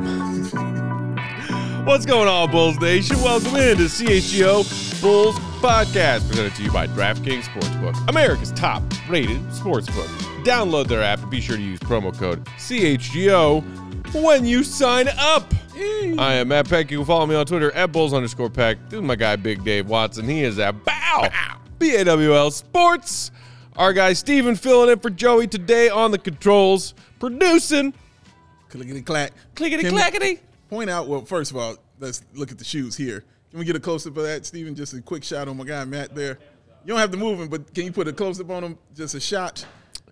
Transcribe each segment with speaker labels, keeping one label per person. Speaker 1: What's going on, Bulls Nation? Welcome in to CHGO Bulls Podcast, presented to you by DraftKings Sportsbook, America's top rated sportsbook. Download their app and be sure to use promo code CHGO when you sign up. I am Matt Peck. You can follow me on Twitter at Bulls underscore Peck. This is my guy, Big Dave Watson. He is at Bow, B A W L Sports. Our guy, Steven, filling in for Joey today on the controls, producing.
Speaker 2: Clickety clack.
Speaker 1: Clickety
Speaker 2: Can we
Speaker 1: clackety.
Speaker 2: Point out, well, first of all, let's look at the shoes here. Can we get a close up of that, Steven? Just a quick shot on my guy, Matt, there. You don't have to move him, but can you put a close up on him? Just a shot.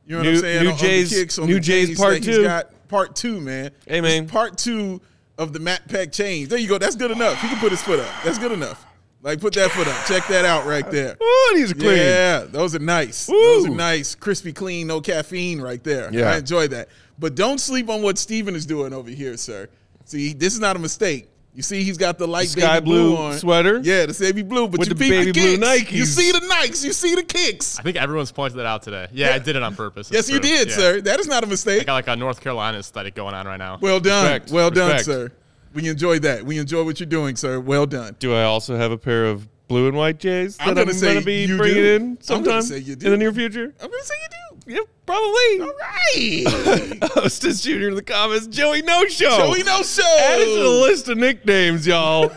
Speaker 2: You know what
Speaker 1: New-
Speaker 2: I'm saying?
Speaker 1: new
Speaker 2: On- on the
Speaker 1: Jays-
Speaker 2: kicks, on
Speaker 1: new
Speaker 2: the
Speaker 1: Jays
Speaker 2: things
Speaker 1: part
Speaker 2: that he's
Speaker 1: two.
Speaker 2: got. Part two, man.
Speaker 1: Hey, man.
Speaker 2: It's part two of the Matt Peck change. There you go. That's good enough. He can put his foot up. That's good enough. Like, put that foot up. Check that out right there.
Speaker 1: Ooh, these are clean.
Speaker 2: Yeah, those are nice. Those are
Speaker 1: Ooh.
Speaker 2: nice. Crispy clean, no caffeine right there.
Speaker 1: Yeah.
Speaker 2: I enjoy that. But don't sleep on what Steven is doing over here, sir. See, this is not a mistake. You see, he's got the light
Speaker 1: The sky
Speaker 2: baby blue,
Speaker 1: blue
Speaker 2: on.
Speaker 1: sweater.
Speaker 2: Yeah, the baby blue. But
Speaker 1: With
Speaker 2: you
Speaker 1: the
Speaker 2: peep
Speaker 1: baby blue
Speaker 2: kicks. You
Speaker 1: Nikes.
Speaker 2: see the Nikes. You see the kicks.
Speaker 3: I think everyone's pointed that out today. Yeah, I did it on purpose.
Speaker 2: Yes,
Speaker 3: It's
Speaker 2: you
Speaker 3: true.
Speaker 2: did,
Speaker 3: Yeah.
Speaker 2: sir. That is not a mistake.
Speaker 3: I got like a North Carolina aesthetic going on right now.
Speaker 2: Well done.
Speaker 1: Respect.
Speaker 2: Well done,
Speaker 1: Respect.
Speaker 2: sir. We enjoyed that. We enjoy what you're doing, sir. Well done.
Speaker 1: Do I also have a pair of blue and white Jays that
Speaker 2: I'm
Speaker 1: I'm
Speaker 2: gonna
Speaker 1: going
Speaker 2: say
Speaker 1: to be
Speaker 2: you
Speaker 1: bringing
Speaker 2: do. I'm
Speaker 1: in
Speaker 2: gonna
Speaker 1: sometime
Speaker 2: say you
Speaker 1: in
Speaker 2: do.
Speaker 1: the near future?
Speaker 2: I'm gonna say you do.
Speaker 1: Yeah, probably.
Speaker 2: All right.
Speaker 1: Hostess Junior in the comments, Joey No Show.
Speaker 2: Joey No Show.
Speaker 1: Added to the list of nicknames, y'all.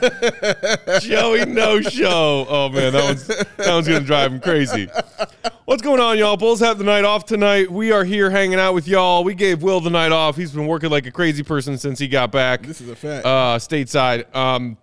Speaker 1: Joey No Show. Oh man, that one's that one's gonna drive him crazy. What's going on, y'all? Bulls have the night off tonight. We are here hanging out with y'all. We gave Will the night off. He's been working like a crazy person since he got back.
Speaker 2: This is a fact.
Speaker 1: Uh, stateside. Um,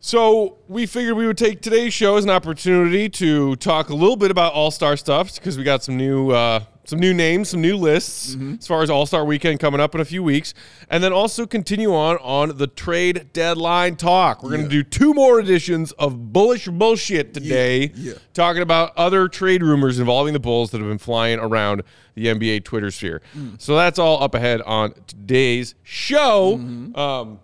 Speaker 1: so we figured we would take today's show as an opportunity to talk a little bit about All Star stuff because we got some new uh, some new names, some new lists as far as All Star Weekend coming up in a few weeks, and then also continue on on the trade deadline talk. We're gonna do two more editions of bullish bullshit today,
Speaker 2: yeah.
Speaker 1: talking about other trade rumors involving the Bulls that have been flying around the NBA Twitter sphere. So that's all up ahead on today's show. Um,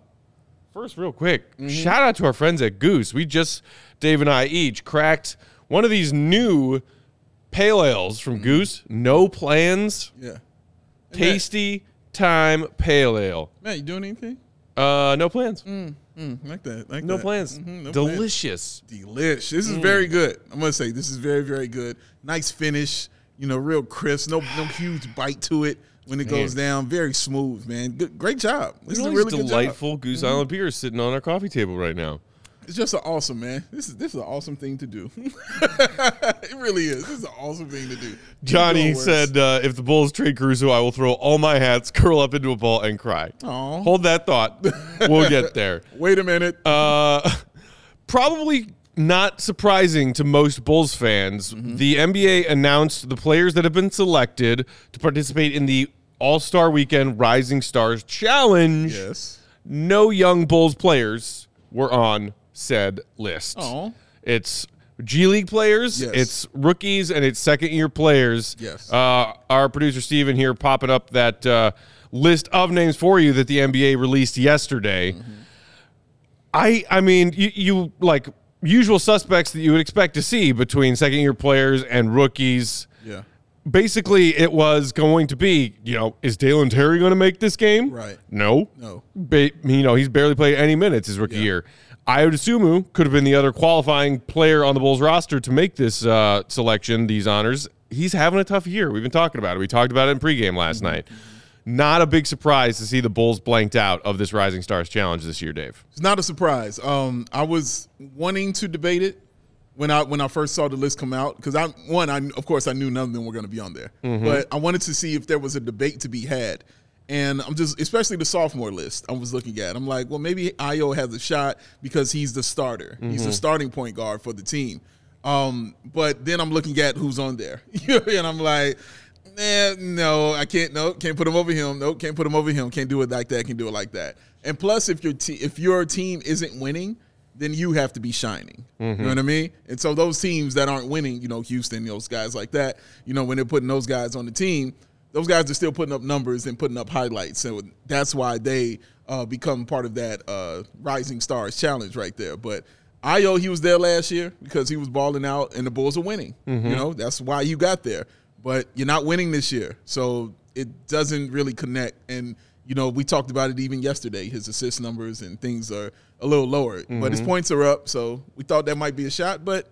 Speaker 1: First, real quick,
Speaker 2: Mm-hmm.
Speaker 1: shout out to our friends at Goose. We just, Dave and I each cracked one of these new pale ales from
Speaker 2: Mm-hmm.
Speaker 1: Goose. No plans,
Speaker 2: yeah.
Speaker 1: tasty time pale ale.
Speaker 2: Man, you doing anything?
Speaker 1: Uh, no plans,
Speaker 2: Like that. Like
Speaker 1: no
Speaker 2: Mm. that.
Speaker 1: plans. Mm.
Speaker 2: Mhm, no plans.
Speaker 1: Delicious.
Speaker 2: Delish. This is very good. I'm gonna say this is very, very good. Nice finish. You know, real crisp. No, no huge bite to it when it goes down. Very smooth, man. Good, great job. Mm-hmm. This
Speaker 1: All
Speaker 2: is a
Speaker 1: these
Speaker 2: really
Speaker 1: delightful Goose Island beer is sitting on our coffee table right now.
Speaker 2: good job. It's just an awesome, man. This is this is an awesome thing to do. it really is. This is an awesome thing to do. Keep
Speaker 1: Johnny
Speaker 2: doing works.
Speaker 1: said, uh, "If the Bulls trade Caruso, I will throw all my hats, curl up into a ball, and cry."
Speaker 2: Aw.
Speaker 1: Hold that thought. We'll get there.
Speaker 2: "Wait a minute."
Speaker 1: Uh, probably not surprising to most Bulls fans, the NBA announced the players that have been selected to participate in the All Star Weekend Rising Stars Challenge.
Speaker 2: yes.
Speaker 1: No young Bulls players were on said list.
Speaker 2: Aw.
Speaker 1: It's G League players,
Speaker 2: Oh. Yes.
Speaker 1: it's rookies, and it's second year players.
Speaker 2: Yes.
Speaker 1: Uh, our producer Steven here popping up that uh, list of names for you that the NBA released yesterday. Mm-hmm. I I mean you, you like usual suspects that you would expect to see between second year players and rookies.
Speaker 2: Yeah.
Speaker 1: Basically, it was going to be you know is Dalen Terry going to make this game?
Speaker 2: Right.
Speaker 1: No.
Speaker 2: No.
Speaker 1: Ba- you know he's barely played any minutes his rookie
Speaker 2: Yeah.
Speaker 1: year. Iodasumu could have been the other qualifying player on the Bulls roster to make this uh, selection, these honors. He's having a tough year. We've been talking about it. We talked about it in pregame last night. Not a big surprise to see the Bulls blanked out of this Rising Stars challenge this year, Dave.
Speaker 2: It's not a surprise. Um, I was wanting to debate it when I when I first saw the list come out because I one I of course I knew none of them were going to be on there, but I wanted to see if there was a debate to be had. And I'm just especially the sophomore list I was looking at. I'm like, well, maybe Io has a shot because he's the starter. He's the starting point guard for the team. Um, but then I'm looking at who's on there, and I'm like, nah, no, I can't. No, can't put him over him. No, can't put him over him. Can't do it like that. Can do it like that. And plus, if your te- if your team isn't winning, then you have to be shining. You know what I mean? And so those teams that aren't winning, you know, Houston, those guys like that, you know, when they're putting those guys on the team, those guys are still putting up numbers and putting up highlights. So that's why they uh, become part of that uh, Rising Stars challenge right there. But Io, he was there last year because he was balling out and the Bulls are winning. You know, that's why you got there. But you're not winning this year. So it doesn't really connect. And, you know, we talked about it even yesterday. His assist numbers and things are a little lower, but his points are up. So we thought that might be a shot, but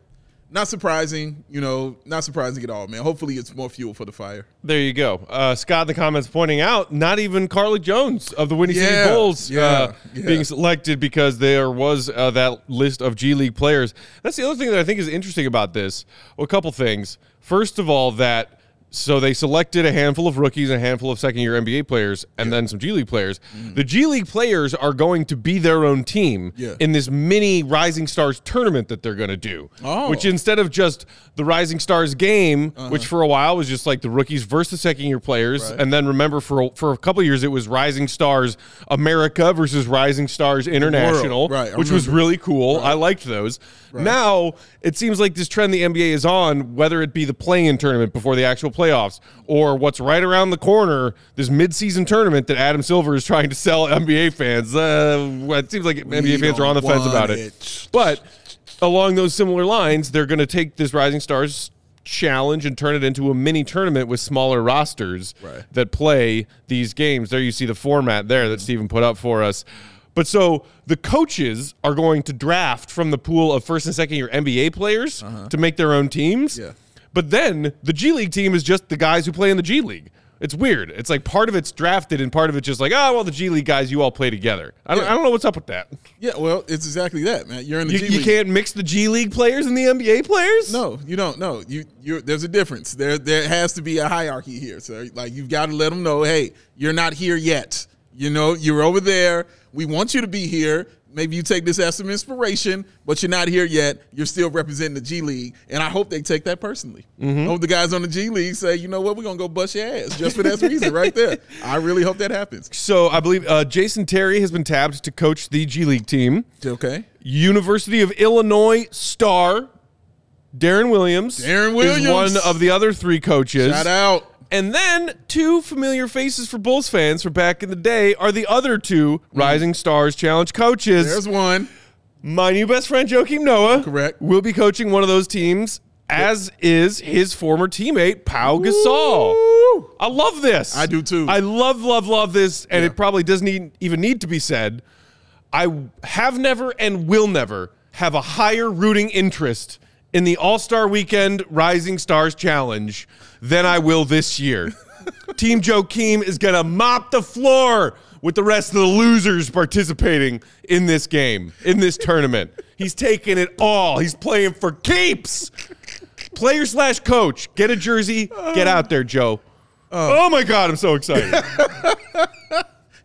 Speaker 2: not surprising, you know, not surprising at all, man. Hopefully it's more fuel for the fire.
Speaker 1: There you go. Uh, Scott in the comments pointing out not even Carly Jones of the Winnie
Speaker 2: Yeah,
Speaker 1: City Bulls uh,
Speaker 2: yeah, yeah.
Speaker 1: being selected because there was uh, that list of G League players. That's the other thing that I think is interesting about this. Well, a couple things. First of all, that so they selected a handful of rookies and a handful of second year NBA players and then some G League players. The G League players are going to be their own team
Speaker 2: Mm. Yeah.
Speaker 1: in this mini Rising Stars tournament that they're going to do,
Speaker 2: Oh. Uh-huh.
Speaker 1: which instead of just the Rising Stars game, which for a while was just like the rookies versus second year players,
Speaker 2: Right.
Speaker 1: and then remember for a, for a couple of years it was Rising Stars America versus Rising Stars International,
Speaker 2: right, I
Speaker 1: which was
Speaker 2: remember.
Speaker 1: really cool. I liked those. Now it seems like this trend the NBA is on, whether it be the play-in tournament before the actual playoffs, or what's right around the corner, this mid-season tournament that Adam Silver is trying to sell NBA fans. Uh, it seems like NBA fans are on the
Speaker 2: don't
Speaker 1: fence about
Speaker 2: want
Speaker 1: it.
Speaker 2: it.
Speaker 1: But along those similar lines, they're going to take this Rising Stars challenge and turn it into a mini tournament with smaller rosters
Speaker 2: Right.
Speaker 1: that play these games. There you see the format there that Steven put up for us. But so the coaches are going to draft from the pool of first and second year NBA players to make their own teams.
Speaker 2: Uh-huh. Yeah.
Speaker 1: But then the G League team is just the guys who play in the G League. It's weird. It's like part of it's drafted and part of it's just like, oh, well, the G League guys, you all play together. I don't, I don't know what's up with that.
Speaker 2: Yeah, well, it's exactly that, man. You're in the
Speaker 1: You,
Speaker 2: G
Speaker 1: you
Speaker 2: League.
Speaker 1: can't mix the G League players and the NBA players?
Speaker 2: No, you don't. No, you. You. There's a difference. There, there has to be a hierarchy here. So, like, you've got to let them know, hey, you're not here yet. You know, you're over there. We want you to be here. Maybe you take this as some inspiration, but you're not here yet. You're still representing the G League, and I hope they take that personally. I hope the guys on the G League say, you know what, we're gonna go bust your ass just for that reason, right there. I really hope that happens.
Speaker 1: So I believe uh, Jason Terry has been tabbed to coach the G League team.
Speaker 2: Okay.
Speaker 1: University of Illinois star Darren Williams.
Speaker 2: Darren
Speaker 1: is
Speaker 2: Williams.
Speaker 1: one of the other three coaches.
Speaker 2: Shout out.
Speaker 1: And then two familiar faces for Bulls fans from back in the day are the other two Rising Stars Challenge coaches.
Speaker 2: Mm-hmm. There's one.
Speaker 1: My new best friend Joakim Noah,
Speaker 2: Correct.
Speaker 1: will be coaching one of those teams. As is his former teammate Pau Gasol. I love this.
Speaker 2: I do too.
Speaker 1: I love, love, love this, and
Speaker 2: Yeah.
Speaker 1: it probably doesn't e- even need to be said. I have never and will never have a higher rooting interest in the All Star Weekend Rising Stars Challenge than I will this year. Team Joakim is going to mop the floor with the rest of the losers participating in this game, in this tournament. He's taking it all. He's playing for keeps. Player slash coach, get a jersey, get out there, Joe. oh my God, I'm so excited.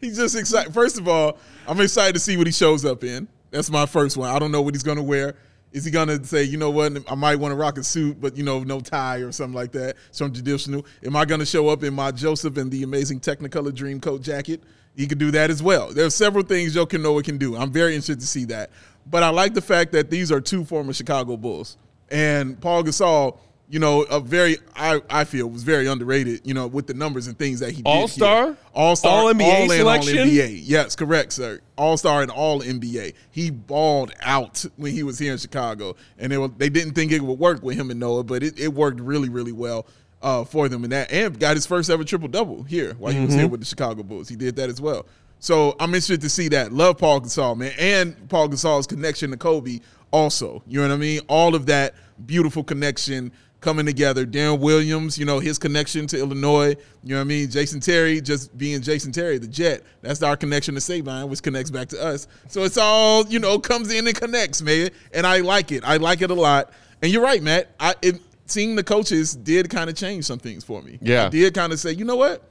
Speaker 2: He's just excited. First of all, I'm excited to see what he shows up in. That's my first one. I don't know what he's gonna wear. Is he gonna say, you know what, I might want to rock a suit, but you know, no tie or something like that, some traditional. Am I gonna show up in my Joseph and the amazing Technicolor Dream Coat jacket? He could do that as well. There are several things Joe Kanoa can do. I'm very interested to see that. But I like the fact that these are two former Chicago Bulls. And Paul Gasol, you know, a very I, I feel was very underrated, you know, with the numbers and things that he did. here.
Speaker 1: All-star?
Speaker 2: All-star,
Speaker 1: All-NBA selection?
Speaker 2: All-NBA. NBA. Yes, correct, sir. All star and all NBA. He balled out when he was here in Chicago, and they, were, they didn't think it would work with him and Noah, but it, it worked really, really well uh, for them. And that and got his first ever triple double here while he was here with the Chicago Bulls. He did that as well. So I'm interested to see that. Love Paul Gasol, man, and Paul Gasol's connection to Kobe. Also, you know what I mean. All of that beautiful connection coming together. Darren Williams, you know, his connection to Illinois, you know what I mean? Jason Terry just being Jason Terry, the Jet. That's our connection to Sabine, which connects back to us. So it's all, you know, comes in and connects, man. And I like it. I like it a lot. And you're right, Matt. I it, seeing the coaches did kind of change some things for me.
Speaker 1: Yeah.
Speaker 2: I did kind of say, you know what?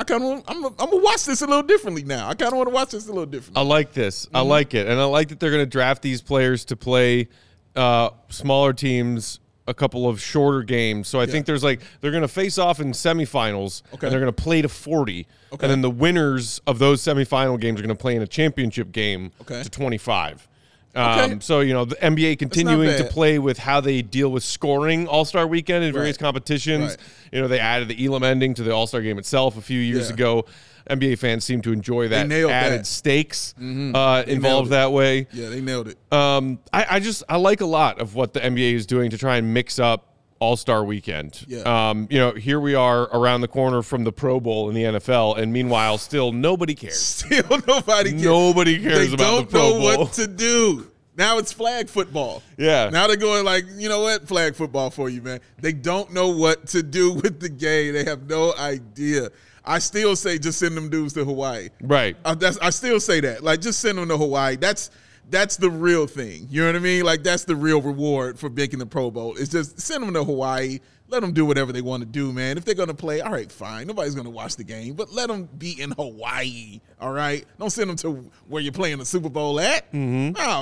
Speaker 2: I kind of I'm I'm gonna watch this a little differently now. I kind of want to watch this a little differently.
Speaker 1: I like this.
Speaker 2: Mm-hmm.
Speaker 1: I like it, and I like that they're going to draft these players to play uh, smaller teams a couple of shorter games. So I think there's like they're going to face off in semifinals,
Speaker 2: Okay.
Speaker 1: and they're going to play to 40,
Speaker 2: Okay.
Speaker 1: and then the winners of those semifinal games are going to play in a championship game
Speaker 2: Okay.
Speaker 1: to 25.
Speaker 2: Okay.
Speaker 1: Um, so you know the NBA continuing to
Speaker 2: bad.
Speaker 1: play with how they deal with scoring All Star Weekend in various
Speaker 2: Right.
Speaker 1: competitions.
Speaker 2: Right.
Speaker 1: You know they added the Elam ending to the All Star Game itself a few years
Speaker 2: Yeah.
Speaker 1: ago. NBA fans seem to enjoy that
Speaker 2: nailed
Speaker 1: added
Speaker 2: that.
Speaker 1: stakes uh,
Speaker 2: Mm-hmm. nailed
Speaker 1: involved
Speaker 2: it.
Speaker 1: that way.
Speaker 2: Yeah, they nailed it.
Speaker 1: Um, I, I just I like a lot of what the NBA is doing to try and mix up All Star Weekend.
Speaker 2: Yeah.
Speaker 1: Um, you know, here we are around the corner from the Pro Bowl in the NFL, and meanwhile, still nobody cares.
Speaker 2: Still nobody cares.
Speaker 1: Nobody cares
Speaker 2: they
Speaker 1: about
Speaker 2: don't
Speaker 1: the Pro
Speaker 2: know
Speaker 1: Bowl.
Speaker 2: what to do. Now it's flag football.
Speaker 1: Yeah.
Speaker 2: Now they're going like, you know what, flag football for you, man. They don't know what to do with the game. They have no idea. I still say just send them dudes to Hawaii.
Speaker 1: right.
Speaker 2: I, that's, I still say that. Like, just send them to Hawaii. That's that's the real thing. You know what I mean? Like, that's the real reward for making the Pro Bowl. It's just send them to Hawaii. Let them do whatever they want to do, man. If they're gonna play, all right, fine. Nobody's gonna watch the game, but let them be in Hawaii. All right, don't send them to where you're playing the Super Bowl at. Oh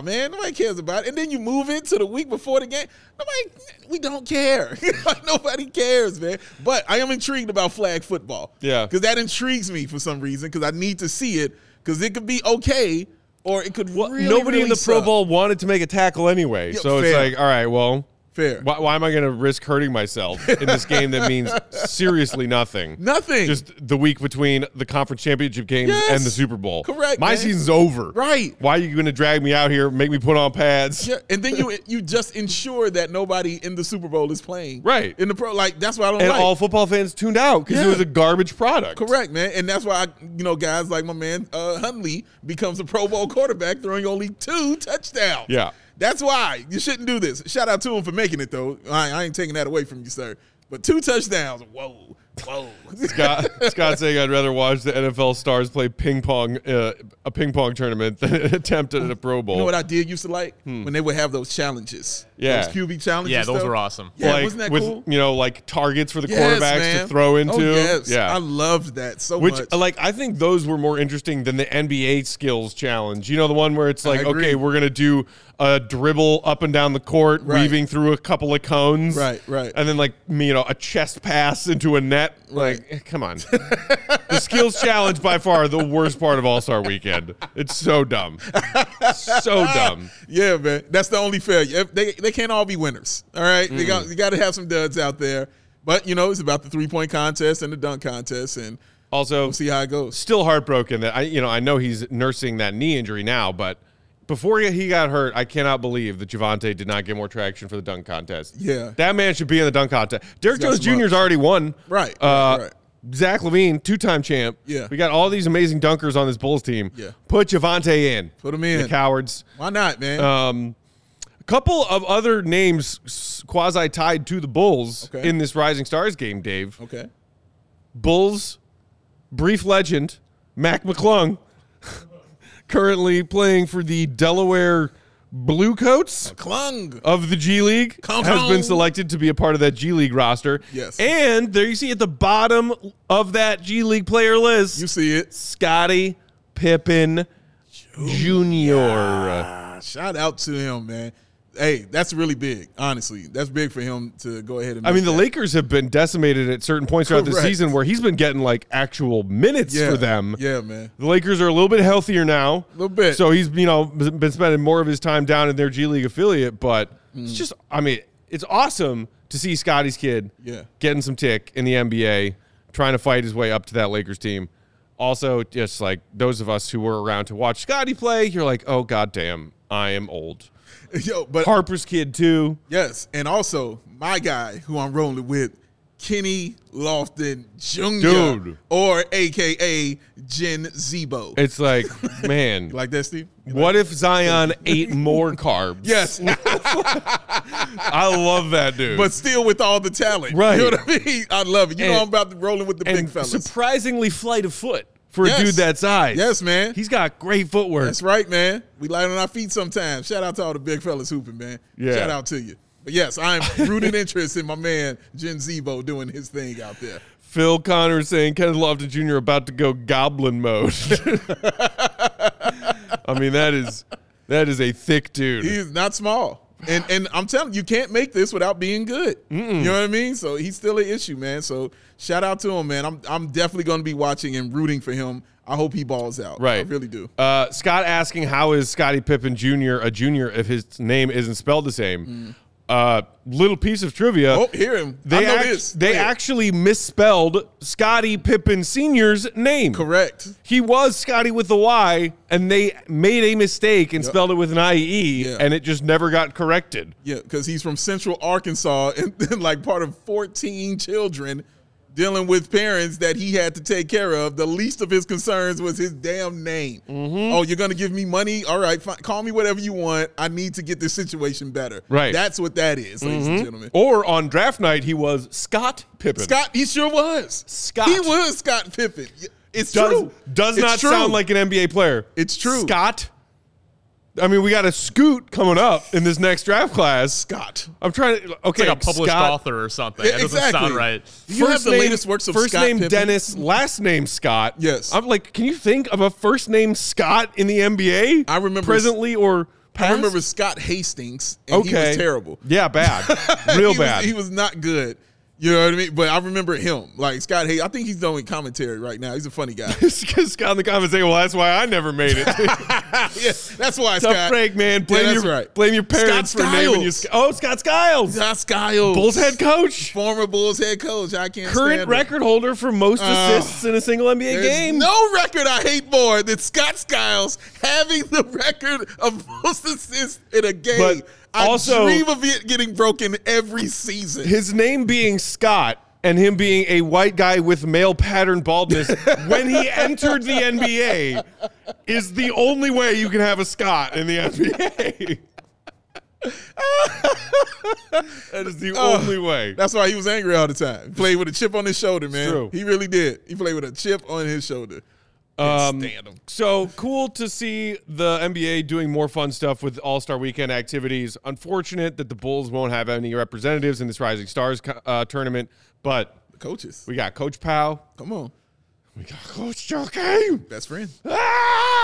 Speaker 2: man, nobody cares about it. And then you move into the week before the game. Nobody, we don't care. Like, nobody cares, man. But I am intrigued about flag football.
Speaker 1: Yeah.
Speaker 2: because that intrigues me for some reason because I need to see it because it could be okay or it could really
Speaker 1: nobody in
Speaker 2: really
Speaker 1: the Pro
Speaker 2: suck.
Speaker 1: Bowl wanted to make a tackle anyway,
Speaker 2: Yeah,
Speaker 1: so
Speaker 2: fair.
Speaker 1: it's like, all right, well.
Speaker 2: Fair.
Speaker 1: Why, why am I going to risk hurting myself in this game that means seriously nothing?
Speaker 2: Nothing.
Speaker 1: Just the week between the conference championship games
Speaker 2: Yes.
Speaker 1: and the Super Bowl.
Speaker 2: Correct,
Speaker 1: My
Speaker 2: man.
Speaker 1: season's over.
Speaker 2: Right.
Speaker 1: Why are you going to drag me out here, make me put on pads?
Speaker 2: Yeah, and then you you just ensure that nobody in the Super Bowl is playing.
Speaker 1: Right.
Speaker 2: In the pro like that's why I don't
Speaker 1: And
Speaker 2: like.
Speaker 1: all football fans tuned out because it
Speaker 2: Yeah.
Speaker 1: was a garbage product.
Speaker 2: Correct, man. And that's why I, you know guys like my man uh Hunley becomes a Pro Bowl quarterback throwing only two touchdowns.
Speaker 1: Yeah.
Speaker 2: That's why you shouldn't do this. Shout out to him for making it though. I, I ain't taking that away from you, sir. But two touchdowns. Whoa. Whoa.
Speaker 1: Scott, Scott saying I'd rather watch the NFL stars play ping pong, uh, a ping pong tournament than an attempt at a Pro Bowl.
Speaker 2: You know what I did used to like when they would have those challenges.
Speaker 1: Hmm. Yeah.
Speaker 2: those QB challenges.
Speaker 3: Yeah, those
Speaker 2: though.
Speaker 3: were awesome.
Speaker 2: Yeah,
Speaker 1: like
Speaker 2: wasn't that
Speaker 1: with
Speaker 2: cool?
Speaker 1: you know like targets for the
Speaker 2: Yes,
Speaker 1: quarterbacks to
Speaker 2: man.
Speaker 1: throw into.
Speaker 2: Oh, yes.
Speaker 1: Yeah,
Speaker 2: I loved that so
Speaker 1: Which,
Speaker 2: much.
Speaker 1: like, I think those were more interesting than the NBA skills challenge. You know, the one where it's like,
Speaker 2: agree.
Speaker 1: okay, we're going to do a dribble up and down the court,
Speaker 2: Right.
Speaker 1: weaving through a couple of cones.
Speaker 2: Right, right.
Speaker 1: And then, like, me, you know, a chest pass into a net. Like, eh, come on. the skills challenge, by far, the worst part of All Star weekend. It's so dumb. so dumb.
Speaker 2: Yeah, man. That's the only failure. If They, they can't all be winners. All right.
Speaker 1: Hmm.
Speaker 2: They got you gotta have some duds out there. But you know, it's about the three point contest and the dunk contest and
Speaker 1: Also,
Speaker 2: we'll see how it goes.
Speaker 1: still heartbroken that I, you know, I know he's nursing that knee injury now, but before he got hurt, I cannot believe that Javante did not get more traction for the dunk contest.
Speaker 2: Yeah.
Speaker 1: that man should be in the dunk contest. Derrick
Speaker 2: got
Speaker 1: Jones
Speaker 2: some
Speaker 1: Jr.'s already won.
Speaker 2: Right,
Speaker 1: Uh,
Speaker 2: right.
Speaker 1: Zach Levine, two-time champ.
Speaker 2: Yeah.
Speaker 1: we got all these amazing dunkers on this Bulls team.
Speaker 2: Yeah.
Speaker 1: put Javante in.
Speaker 2: Put him in.
Speaker 1: The cowards.
Speaker 2: Why not, man?
Speaker 1: Um, a couple of other names quasi tied to the Bulls
Speaker 2: Okay.
Speaker 1: in this Rising Stars game, Dave.
Speaker 2: okay.
Speaker 1: Bulls brief legend Mac McClung, currently playing for the Delaware Bluecoats
Speaker 2: Clung.
Speaker 1: of the G League,
Speaker 2: Come
Speaker 1: has been
Speaker 2: on.
Speaker 1: selected to be a part of that G League roster.
Speaker 2: Yes.
Speaker 1: and there you see at the bottom of that G League player list,
Speaker 2: You see it.
Speaker 1: Scotty Pippen Jr.
Speaker 2: Ah, Shout out to him, man. Hey, that's really big. Honestly, that's big for him to go ahead and.
Speaker 1: I
Speaker 2: make
Speaker 1: mean, the
Speaker 2: that.
Speaker 1: Lakers have been decimated at certain points throughout the
Speaker 2: Correct.
Speaker 1: season where he's been getting like actual minutes
Speaker 2: yeah,
Speaker 1: for them.
Speaker 2: Yeah, man.
Speaker 1: The Lakers are a little bit healthier now. A
Speaker 2: Little bit.
Speaker 1: So he's, you know, b- been spending more of his time down in their G League affiliate, but
Speaker 2: Mm.
Speaker 1: it's just I mean, it's awesome to see Scotty's kid
Speaker 2: Yeah.
Speaker 1: getting some tick in the NBA, trying to fight his way up to that Lakers team. Also, just like those of us who were around to watch Scotty play, you're like, "Oh god damn, I am old."
Speaker 2: Yo, but
Speaker 1: Harper's kid too.
Speaker 2: Yes, and also my guy who I'm rolling with, Kenny Lofton Jr.
Speaker 1: Dude.
Speaker 2: or AKA Jen Zebo.
Speaker 1: It's like, man,
Speaker 2: You like that, Steve?
Speaker 1: what if Zion ate more carbs?
Speaker 2: Yes,
Speaker 1: I love that dude.
Speaker 2: but still with all the talent.
Speaker 1: Right.
Speaker 2: You know what I mean? I love it. You know
Speaker 1: And-
Speaker 2: I'm about to rolling with the big
Speaker 1: and
Speaker 2: fellas.
Speaker 1: surprisingly flight of foot for
Speaker 2: Yes.
Speaker 1: a dude that size.
Speaker 2: Yes, man.
Speaker 1: He's got great footwork.
Speaker 2: That's right, man. We light on our feet sometimes. Shout out to all the big fellas hooping, man.
Speaker 1: Yeah.
Speaker 2: Shout out to you. But yes, I am rooted interest in my man Jen Zebo doing his thing out there.
Speaker 1: Phil Connor saying Kenneth Lofton Jr. about to go goblin mode. I mean, that is that is a thick dude.
Speaker 2: He's not small. And and I'm telling you, you can't make this without being good. You know what I mean? So he's still an issue, man. So shout out to him, man. I'm I'm definitely going to be watching and rooting for him. I hope he balls out. I
Speaker 1: Right.
Speaker 2: really do.
Speaker 1: Uh, Scott asking how is Scottie Pippen Jr. a junior if his name isn't spelled the same. Uh, little piece of trivia.
Speaker 2: Mm. Oh, hear him.
Speaker 1: They,
Speaker 2: I know
Speaker 1: act-
Speaker 2: this.
Speaker 1: they
Speaker 2: Clear.
Speaker 1: actually misspelled Scottie Pippen Sr.'s name.
Speaker 2: Correct.
Speaker 1: He was Scotty with the Y, and they made a mistake and spelled it with an IE,
Speaker 2: Yeah.
Speaker 1: and it just never got corrected.
Speaker 2: Yeah, because he's from Central Arkansas and then like part of 14 children dealing with parents that he had to take care of. The least of his concerns was his damn name.
Speaker 1: Mm-hmm.
Speaker 2: Oh, you're gonna give me money? All right, fine. call me whatever you want. I need to get this situation better.
Speaker 1: Right. Mm-hmm.
Speaker 2: That's what that is, ladies and gentlemen.
Speaker 1: Or on draft night, he was Scott Pippen.
Speaker 2: Scott, he sure was.
Speaker 1: Scott.
Speaker 2: He was Scott Pippen. Y- It's
Speaker 1: does,
Speaker 2: true.
Speaker 1: Does
Speaker 2: It's
Speaker 1: not
Speaker 2: true.
Speaker 1: sound like an NBA player.
Speaker 2: It's true.
Speaker 1: Scott. I mean, we got a scoot coming up in this next draft class.
Speaker 2: Scott.
Speaker 1: I'm trying to. Okay,
Speaker 3: It's like a published
Speaker 1: Scott,
Speaker 3: author or something.
Speaker 2: Yeah,
Speaker 3: That doesn't
Speaker 2: exactly.
Speaker 3: sound right.
Speaker 2: Do you have the latest works of
Speaker 1: first
Speaker 2: Scott
Speaker 1: name
Speaker 2: Pippen?
Speaker 1: Dennis, last name Scott.
Speaker 2: Yes.
Speaker 1: I'm like, can you think of a first name Scott in the NBA?
Speaker 2: I remember-
Speaker 1: presently or past.
Speaker 2: I remember Scott Hastings, and he was terrible.
Speaker 1: Yeah, bad. Real
Speaker 2: he
Speaker 1: bad.
Speaker 2: Was, he was not good. You know what I mean? But I remember him, like Scott Hayes. I think he's doing commentary right now. He's a funny guy.
Speaker 1: Scott in the comments saying, "Well, that's why I never made it."
Speaker 2: yeah, that's why
Speaker 1: Tough
Speaker 2: Scott.
Speaker 1: break, man. Blame
Speaker 2: Yeah, that's
Speaker 1: your
Speaker 2: right.
Speaker 1: blame your parents
Speaker 2: Scott
Speaker 1: for naming you.
Speaker 2: Skiles.
Speaker 1: Sc- Oh, Scott Skiles,
Speaker 2: Scott Skiles,
Speaker 1: Bulls head coach,
Speaker 2: former Bulls head coach. I can't
Speaker 1: current
Speaker 2: stand him.
Speaker 1: record holder for most
Speaker 2: Oh,
Speaker 1: assists in a single NBA
Speaker 2: There's
Speaker 1: game.
Speaker 2: No record I hate more than Scott Skiles having the record of most assists in a game.
Speaker 1: But
Speaker 2: I
Speaker 1: also-
Speaker 2: dream of it getting broken every season.
Speaker 1: his name being Scott and him being a white guy with male pattern baldness when he entered the NBA is the only way you can have a Scott in the NBA. that is the
Speaker 2: Oh,
Speaker 1: only way.
Speaker 2: That's why he was angry all the time. Played with a chip on his shoulder, man.
Speaker 1: true.
Speaker 2: He really did. He played with a chip on his shoulder. Um, Can't stand him.
Speaker 1: So cool to see the NBA doing more fun stuff with All Star Weekend activities. Unfortunate that the Bulls won't have any representatives in this Rising Stars co- uh, tournament, but
Speaker 2: The coaches.
Speaker 1: we got Coach Powell,
Speaker 2: Come on.
Speaker 1: we got Coach Joakim.
Speaker 2: Best friend.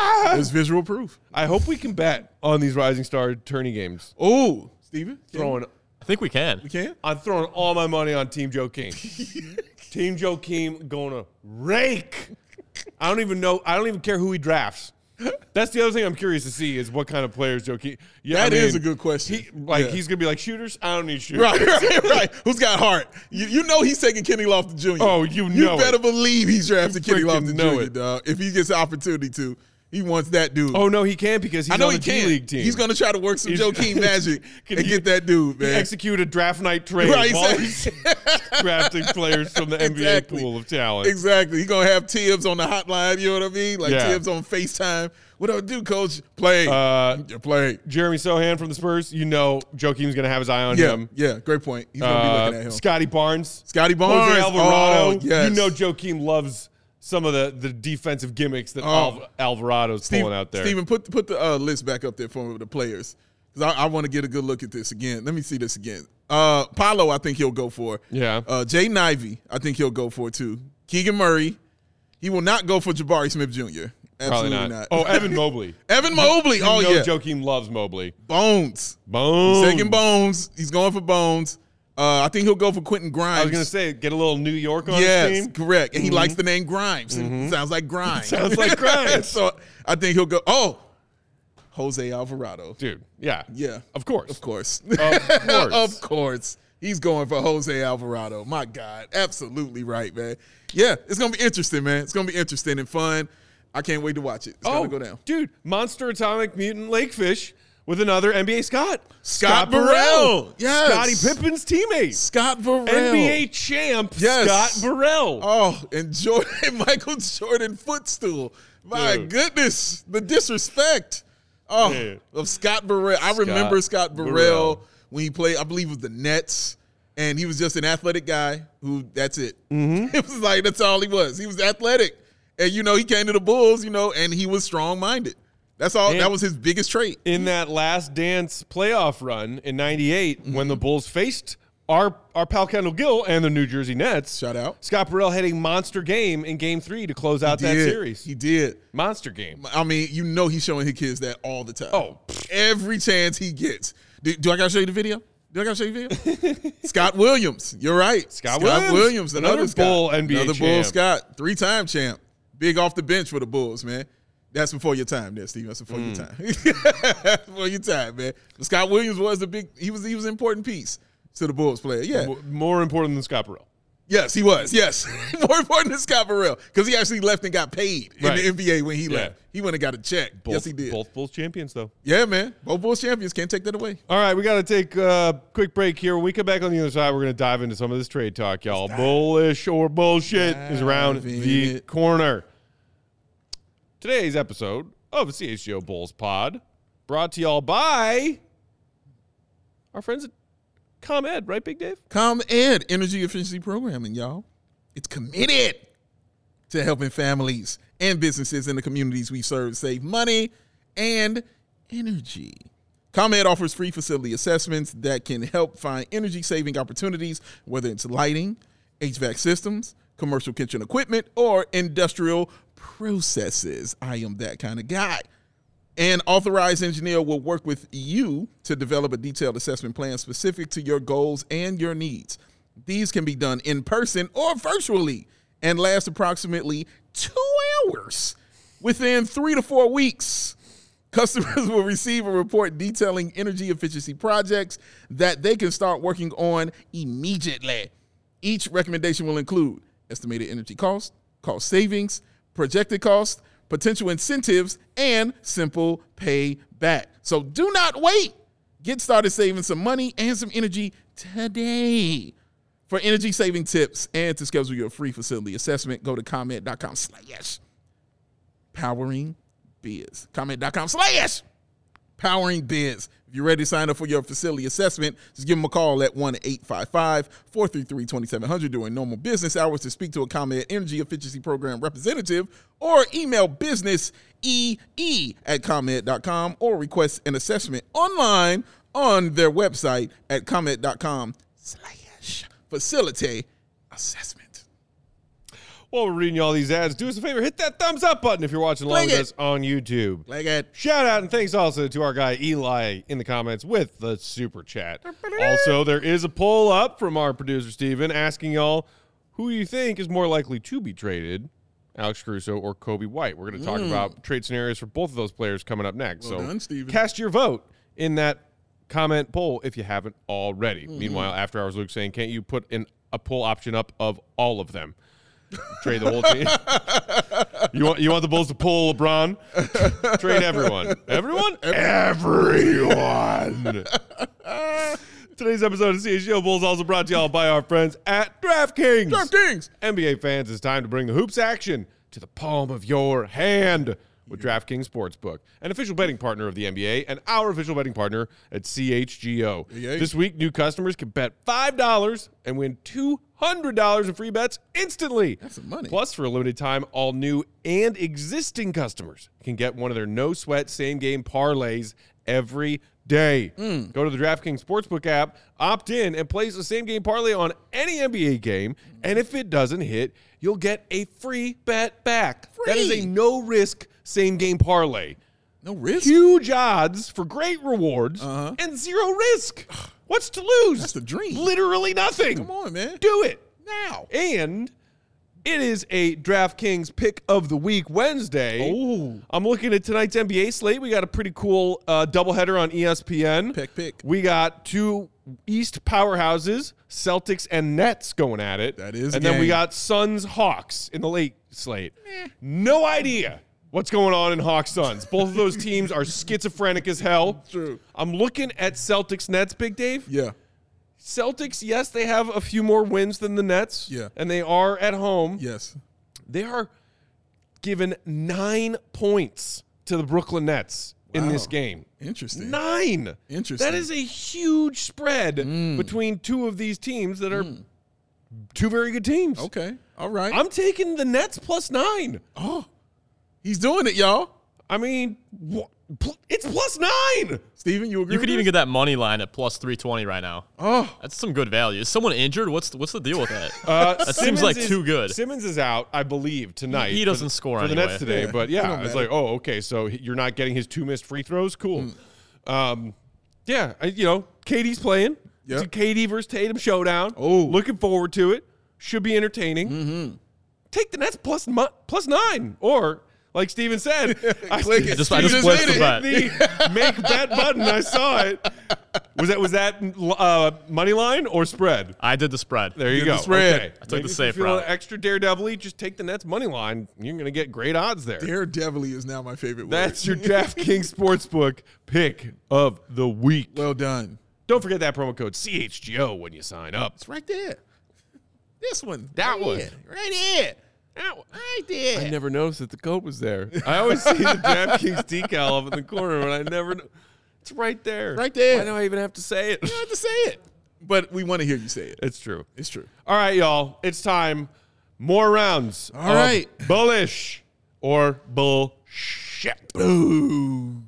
Speaker 1: Ah!
Speaker 2: There's visual proof.
Speaker 1: I hope we can bet on these Rising Star tourney games.
Speaker 2: Oh, Steven. can-
Speaker 1: Throwing,
Speaker 3: I think we can.
Speaker 2: You can?
Speaker 1: I'm throwing all my money on Team Joe King. Team Joe King gonna rake. I don't even know. I don't even care who he drafts. That's the other thing I'm curious to see is what kind of players Joe King. Yeah,
Speaker 2: That
Speaker 1: I
Speaker 2: is
Speaker 1: mean,
Speaker 2: a good question.
Speaker 1: He, like
Speaker 2: Yeah.
Speaker 1: he's gonna be like shooters. I don't need shooters.
Speaker 2: Right, right, right. Who's got heart? You, you know he's taking Kenny Lofton Jr.
Speaker 1: Oh, you
Speaker 2: You
Speaker 1: know it.
Speaker 2: better believe he's drafted
Speaker 1: You
Speaker 2: Kenny
Speaker 1: freaking
Speaker 2: Lofton
Speaker 1: know
Speaker 2: Jr.
Speaker 1: it.
Speaker 2: Dog. If he gets the opportunity to, he wants that dude.
Speaker 1: Oh no, he can't because he's
Speaker 2: I know
Speaker 1: on
Speaker 2: he
Speaker 1: the
Speaker 2: can.
Speaker 1: G League team.
Speaker 2: He's gonna try to work some
Speaker 1: He's-
Speaker 2: Joaquin magic
Speaker 1: Can
Speaker 2: and
Speaker 1: he-
Speaker 2: get that dude, man.
Speaker 1: execute a draft night trade
Speaker 2: Right,
Speaker 1: while
Speaker 2: exactly.
Speaker 1: he's drafting players from the
Speaker 2: Exactly.
Speaker 1: NBA pool of talent.
Speaker 2: Exactly. He's gonna have Tibbs on the hotline, you know what I mean? Like
Speaker 1: Yeah.
Speaker 2: Tibbs on FaceTime. What do I do, coach? Play.
Speaker 1: Uh,
Speaker 2: You're playing.
Speaker 1: Jeremy Sohan from the Spurs, you know Joaquim's going to have his eye on
Speaker 2: Yeah,
Speaker 1: him.
Speaker 2: yeah, great point. He's gonna be looking
Speaker 1: Uh,
Speaker 2: at him.
Speaker 1: Scotty Barnes.
Speaker 2: Scotty Barnes.
Speaker 1: Jorge Alvarado.
Speaker 2: Oh, yes.
Speaker 1: You know Joakim loves some of the, the defensive gimmicks that Al- Alvarado's pulling out there.
Speaker 2: Oh. Steven, put put the uh, list back up there for me with the players. Because I, I want to get a good look at this again. Let me see this again. Uh Paolo, I think he'll go for.
Speaker 1: Yeah.
Speaker 2: Uh Jay Nivey, I think he'll go for too. Keegan Murray. He will not go for Jabari Smith Jr.
Speaker 1: Probably
Speaker 2: Absolutely
Speaker 1: not.
Speaker 2: not.
Speaker 1: Oh, Evan Mobley.
Speaker 2: Evan Mobley. Oh,
Speaker 1: you know
Speaker 2: yeah.
Speaker 1: Joakim loves Mobley.
Speaker 2: Bones.
Speaker 1: Boom.
Speaker 2: He's taking Bones. He's going for Bones. Uh, I think he'll go for Quentin Grimes.
Speaker 1: I was going to say, get a little New York on his
Speaker 2: yes,
Speaker 1: team. Mm-hmm.
Speaker 2: correct. And he likes the name Grimes. It sounds like Grimes.
Speaker 1: Sounds like Grimes.
Speaker 2: so I think he'll go. Oh, Jose Alvarado.
Speaker 1: Dude, yeah.
Speaker 2: Yeah,
Speaker 1: Of course.
Speaker 2: of course,
Speaker 1: Of course.
Speaker 2: of course. He's going for Jose Alvarado. My God, absolutely right, man. Yeah, it's gonna be interesting, man. It's gonna be interesting and fun. I can't wait to watch it. It's
Speaker 1: Oh,
Speaker 2: gonna go down.
Speaker 1: dude, Monster Atomic Mutant Lakefish with another NBA Scott.
Speaker 2: Scott Burrell. Yes.
Speaker 1: Scotty Pippen's teammate.
Speaker 2: Scott Burrell,
Speaker 1: NBA champ
Speaker 2: Yes.
Speaker 1: Scott Burrell.
Speaker 2: Oh, and Jordan, Michael Jordan footstool. My
Speaker 1: Dude.
Speaker 2: goodness, the disrespect. Oh,
Speaker 1: Yeah.
Speaker 2: of Scott Burrell. I remember Scott Burrell,
Speaker 1: Burrell.
Speaker 2: when he played. I believe it was the Nets, and he was just an athletic guy. Who that's it.
Speaker 1: Mm-hmm.
Speaker 2: It was like that's all he was. He was athletic, and you know he came to the Bulls. You know, and he was strong minded. That's all.
Speaker 1: And-
Speaker 2: that was his biggest trait.
Speaker 1: in that last dance playoff run in 98
Speaker 2: Mm-hmm.
Speaker 1: when the Bulls faced our, our pal Kendall Gill and the New Jersey Nets.
Speaker 2: Shout out.
Speaker 1: Scott Burrell had a monster game in game three to close out that
Speaker 2: Did.
Speaker 1: series.
Speaker 2: He did.
Speaker 1: monster game.
Speaker 2: I mean, you know he's showing his kids that all the time.
Speaker 1: Oh.
Speaker 2: every chance he gets. Do, do I gotta show you the video? Do I gotta show you the video? Scott Williams. You're right.
Speaker 1: Scott Williams.
Speaker 2: Williams. another,
Speaker 1: Another
Speaker 2: Scott.
Speaker 1: Bull NBA
Speaker 2: Another Bull
Speaker 1: champ.
Speaker 2: Scott. Three time champ. Big off the bench for the Bulls, man. That's before your time there, Steve. That's before
Speaker 1: Mm.
Speaker 2: your time. before your time, man. Scott Williams was the big he was he was an important piece to the Bulls player. Yeah.
Speaker 1: M- More important than Scott Burrell.
Speaker 2: Yes, he was. Yes, more important than Scott Burrell because he actually left and got paid
Speaker 1: Right.
Speaker 2: in the NBA when he
Speaker 1: Yeah.
Speaker 2: left. He went and got a check. yes, he did.
Speaker 1: Both Bulls champions, though.
Speaker 2: Yeah, man. Both Bulls champions can't take that away.
Speaker 1: All right, we got to take a quick break here. When we come back on the other side, we're going to dive into some of this trade talk, y'all. Bullish or bullshit is around
Speaker 2: Dive in
Speaker 1: the
Speaker 2: it.
Speaker 1: corner. Today's episode of CHGO Bulls Pod brought to y'all by our friends at ComEd, right, Big Dave?
Speaker 2: Com Ed Energy Efficiency Programming, y'all. It's committed to helping families and businesses in the communities we serve save money and energy. ComEd offers free facility assessments that can help find energy saving opportunities, whether it's lighting, HVAC systems, commercial kitchen equipment, or industrial processes. I am that kind of guy. An authorized engineer will work with you to develop a detailed assessment plan specific to your goals and your needs. These can be done in person or virtually and last approximately two hours within three to four weeks. Customers will receive a report detailing energy efficiency projects that they can start working on immediately. Each recommendation will include estimated energy cost, cost savings, projected cost, potential incentives, and simple payback. So do not wait. Get started saving some money and some energy today. For energy saving tips and to schedule your free facility assessment, go to comment.com slash powering biz. Comment.com slash powering biz. If you're ready to sign up for your facility assessment, just give them a call at 1 855 433 2700 during normal business hours to speak to a ComEd Energy Efficiency Program representative or email business ee at ComEd.com or request an assessment online on their website at ComEd.com slash facility assessment.
Speaker 1: While we're reading all these ads, do us a favor, hit that thumbs up button if you're watching along
Speaker 2: Click
Speaker 1: with
Speaker 2: it.
Speaker 1: us on YouTube.
Speaker 2: Like that.
Speaker 1: Shout out and thanks also to our guy Eli in the comments with the super chat. Also, there is a poll up from our producer Steven asking y'all who you think is more likely to be traded, Alex Caruso or Kobe White. We're going to talk about trade scenarios for both of those players coming up next. so
Speaker 2: done, Steven.
Speaker 1: cast your vote in that comment poll if you haven't already. Meanwhile, after hours Luke saying, "Can't you put in a poll option up of all of them?" Trade the whole team. You want you want the Bulls to pull LeBron? Trade everyone. Everyone? Everyone. Today's episode of CHGO Bulls also brought to y'all by our friends at DraftKings.
Speaker 2: DraftKings.
Speaker 1: NBA fans, it's time to bring the hoops action to the palm of your hand with DraftKings Sportsbook, an official betting partner of the NBA and our official betting partner at CHGO.
Speaker 2: Yeah.
Speaker 1: This week, new customers can bet $5 and win $200 in free bets instantly. That's
Speaker 2: some money.
Speaker 1: Plus, for a limited time, all new and existing customers can get one of their no sweat same game parlays every day.
Speaker 2: Hmm.
Speaker 1: Go to the DraftKings Sportsbook app, opt in, and place the same game parlay on any NBA game. And if it doesn't hit, you'll get a free bet back. That is
Speaker 2: Free.
Speaker 1: a no risk same game parlay.
Speaker 2: No risk.
Speaker 1: Huge odds for great rewards and zero risk. What's to lose?
Speaker 2: Uh-huh. That's the dream.
Speaker 1: Literally nothing.
Speaker 2: Come on, man.
Speaker 1: Do it.
Speaker 2: Now.
Speaker 1: And it is a DraftKings pick of the week Wednesday.
Speaker 2: Ooh.
Speaker 1: I'm looking at tonight's NBA slate. We got a pretty cool uh, doubleheader on ESPN.
Speaker 2: Pick, pick.
Speaker 1: We got two East powerhouses, Celtics and Nets, going at it.
Speaker 2: That is a
Speaker 1: And then we
Speaker 2: game.
Speaker 1: got Suns Hawks in the late slate. No idea. What's going on in Hawks Suns? Both of those teams are schizophrenic as hell.
Speaker 2: True.
Speaker 1: I'm looking at Celtics Nets, Big Dave.
Speaker 2: Yeah.
Speaker 1: Celtics, yes, they have a few more wins than the Nets.
Speaker 2: Yeah.
Speaker 1: And they are at home.
Speaker 2: Yes.
Speaker 1: They are given nine points to the Brooklyn Nets in this
Speaker 2: Wow.
Speaker 1: game.
Speaker 2: Interesting.
Speaker 1: Nine.
Speaker 2: Interesting. Mm.
Speaker 1: That is a huge spread between two of these teams that are two very good teams.
Speaker 2: Okay. All right.
Speaker 1: I'm taking the Nets plus nine.
Speaker 2: oh, he's doing it, y'all.
Speaker 1: I mean, wha- pl- it's plus nine.
Speaker 2: Steven, you agree?
Speaker 3: You could even get that money line at plus 320 right now.
Speaker 2: Oh,
Speaker 3: That's some good value. Is someone injured? What's the, what's the deal with that?
Speaker 1: Uh,
Speaker 3: that seems like
Speaker 1: is-
Speaker 3: too good.
Speaker 1: Simmons is out, I believe, tonight.
Speaker 3: He
Speaker 1: for
Speaker 3: doesn't
Speaker 1: the-
Speaker 3: score
Speaker 1: for the
Speaker 3: anyway.
Speaker 1: Nets today.
Speaker 2: Yeah,
Speaker 1: But
Speaker 2: it
Speaker 1: yeah,
Speaker 2: don't
Speaker 1: it's
Speaker 2: matter. Hmm.
Speaker 1: like, oh, okay, so he- you're not getting his two missed free throws. Cool. Um, Yeah, I, you know, Katie's playing.
Speaker 2: Yep.
Speaker 1: It's a Katie versus Tatum showdown.
Speaker 2: Oh. Mm-hmm.
Speaker 1: looking forward to it. Should be entertaining. Take the Nets plus mu- plus nine, or like Steven said, I
Speaker 2: Click
Speaker 1: Steve
Speaker 2: it.
Speaker 3: Just- I just
Speaker 1: hit
Speaker 3: clicked the
Speaker 1: it.
Speaker 3: button.
Speaker 1: the make bet button. I saw it. Was that was that uh, money line or spread?
Speaker 3: I did the spread.
Speaker 1: There you
Speaker 2: Did
Speaker 1: go.
Speaker 2: the spread.
Speaker 1: Okay.
Speaker 2: I
Speaker 3: took
Speaker 1: Maybe
Speaker 3: the
Speaker 1: if you
Speaker 3: safe
Speaker 1: feel
Speaker 3: route.
Speaker 1: Extra daredevil just take the Nets money line. You're going to get great odds there.
Speaker 2: Daredevil is now my favorite
Speaker 1: That's
Speaker 2: word.
Speaker 1: your DraftKings Sportsbook pick of the week.
Speaker 2: well done.
Speaker 1: Don't forget that promo code CHGO when you sign up.
Speaker 2: It's right there. This one.
Speaker 1: That
Speaker 2: right
Speaker 1: one.
Speaker 2: here. Right here. Right there.
Speaker 1: I never noticed that the code was there. I always see the DraftKings decal up in the corner, and I never. kn- It's right there.
Speaker 2: Right there.
Speaker 1: Why do I even have to say it?
Speaker 2: don't have to say it. But we want to hear you say it.
Speaker 1: it's true.
Speaker 2: It's true.
Speaker 1: All right, y'all. It's time. More rounds.
Speaker 2: All
Speaker 1: of
Speaker 2: right.
Speaker 1: Bullish or bullshit.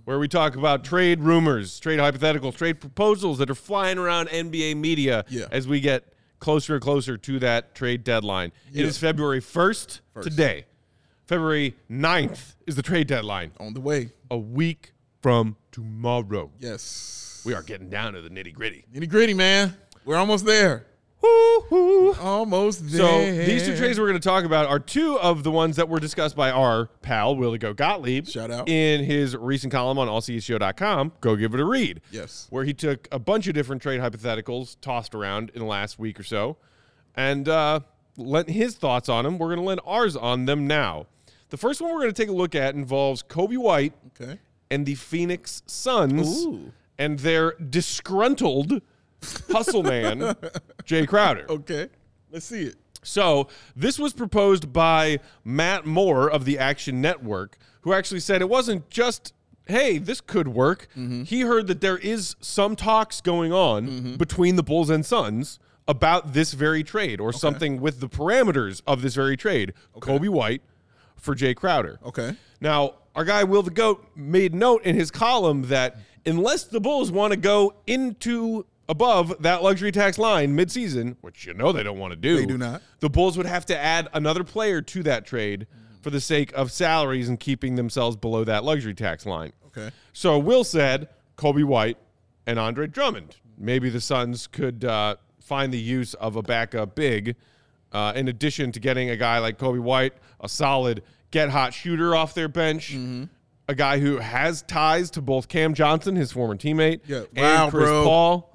Speaker 1: Where we talk about trade rumors, trade hypotheticals, trade proposals that are flying around NBA media
Speaker 2: Yeah.
Speaker 1: as we get closer and closer to that trade deadline. It
Speaker 2: Yeah.
Speaker 1: is February 1st today. February 9th is the trade deadline.
Speaker 2: On the way.
Speaker 1: A week from tomorrow.
Speaker 2: Yes.
Speaker 1: We are getting down to the nitty gritty.
Speaker 2: Nitty gritty, man. We're almost there. Almost there.
Speaker 1: So these two trades we're going to talk about are two of the ones that were discussed by our pal Willie Go Gottlieb.
Speaker 2: Shout out.
Speaker 1: in his recent column on allcshow.com. Go give it a read.
Speaker 2: Yes.
Speaker 1: where he took a bunch of different trade hypotheticals tossed around in the last week or so, and uh, lent his thoughts on them. We're going to lend ours on them now. The first one we're going to take a look at involves Kobe White
Speaker 2: Okay.
Speaker 1: and the Phoenix Suns
Speaker 2: Ooh.
Speaker 1: and their disgruntled hustle man Jay Crowder.
Speaker 2: Okay. Let's see it.
Speaker 1: So this was proposed by Matt Moore of the Action Network, who actually said it wasn't just, hey, this could work. He heard that there is some talks going on between the Bulls and Suns about this very trade or something with the parameters of this very trade. Kobe White for Jay Crowder.
Speaker 2: Okay.
Speaker 1: Now, our guy Will the Goat made note in his column that unless the Bulls want to go into above that luxury tax line midseason, which you know they don't want to do,
Speaker 2: They do not.
Speaker 1: The Bulls would have to add another player to that trade for the sake of salaries and keeping themselves below that luxury tax line.
Speaker 2: Okay.
Speaker 1: So Will said Kobe White and Andre Drummond. Maybe the Suns could uh, find the use of a backup big, uh, in addition to getting a guy like Kobe White, a solid get hot shooter off their bench.
Speaker 2: Mm-hmm.
Speaker 1: A guy who has ties to both Cam Johnson, his former teammate,
Speaker 2: Yeah,
Speaker 1: and
Speaker 2: wow,
Speaker 1: Chris
Speaker 2: bro. Mm-hmm.
Speaker 1: Paul.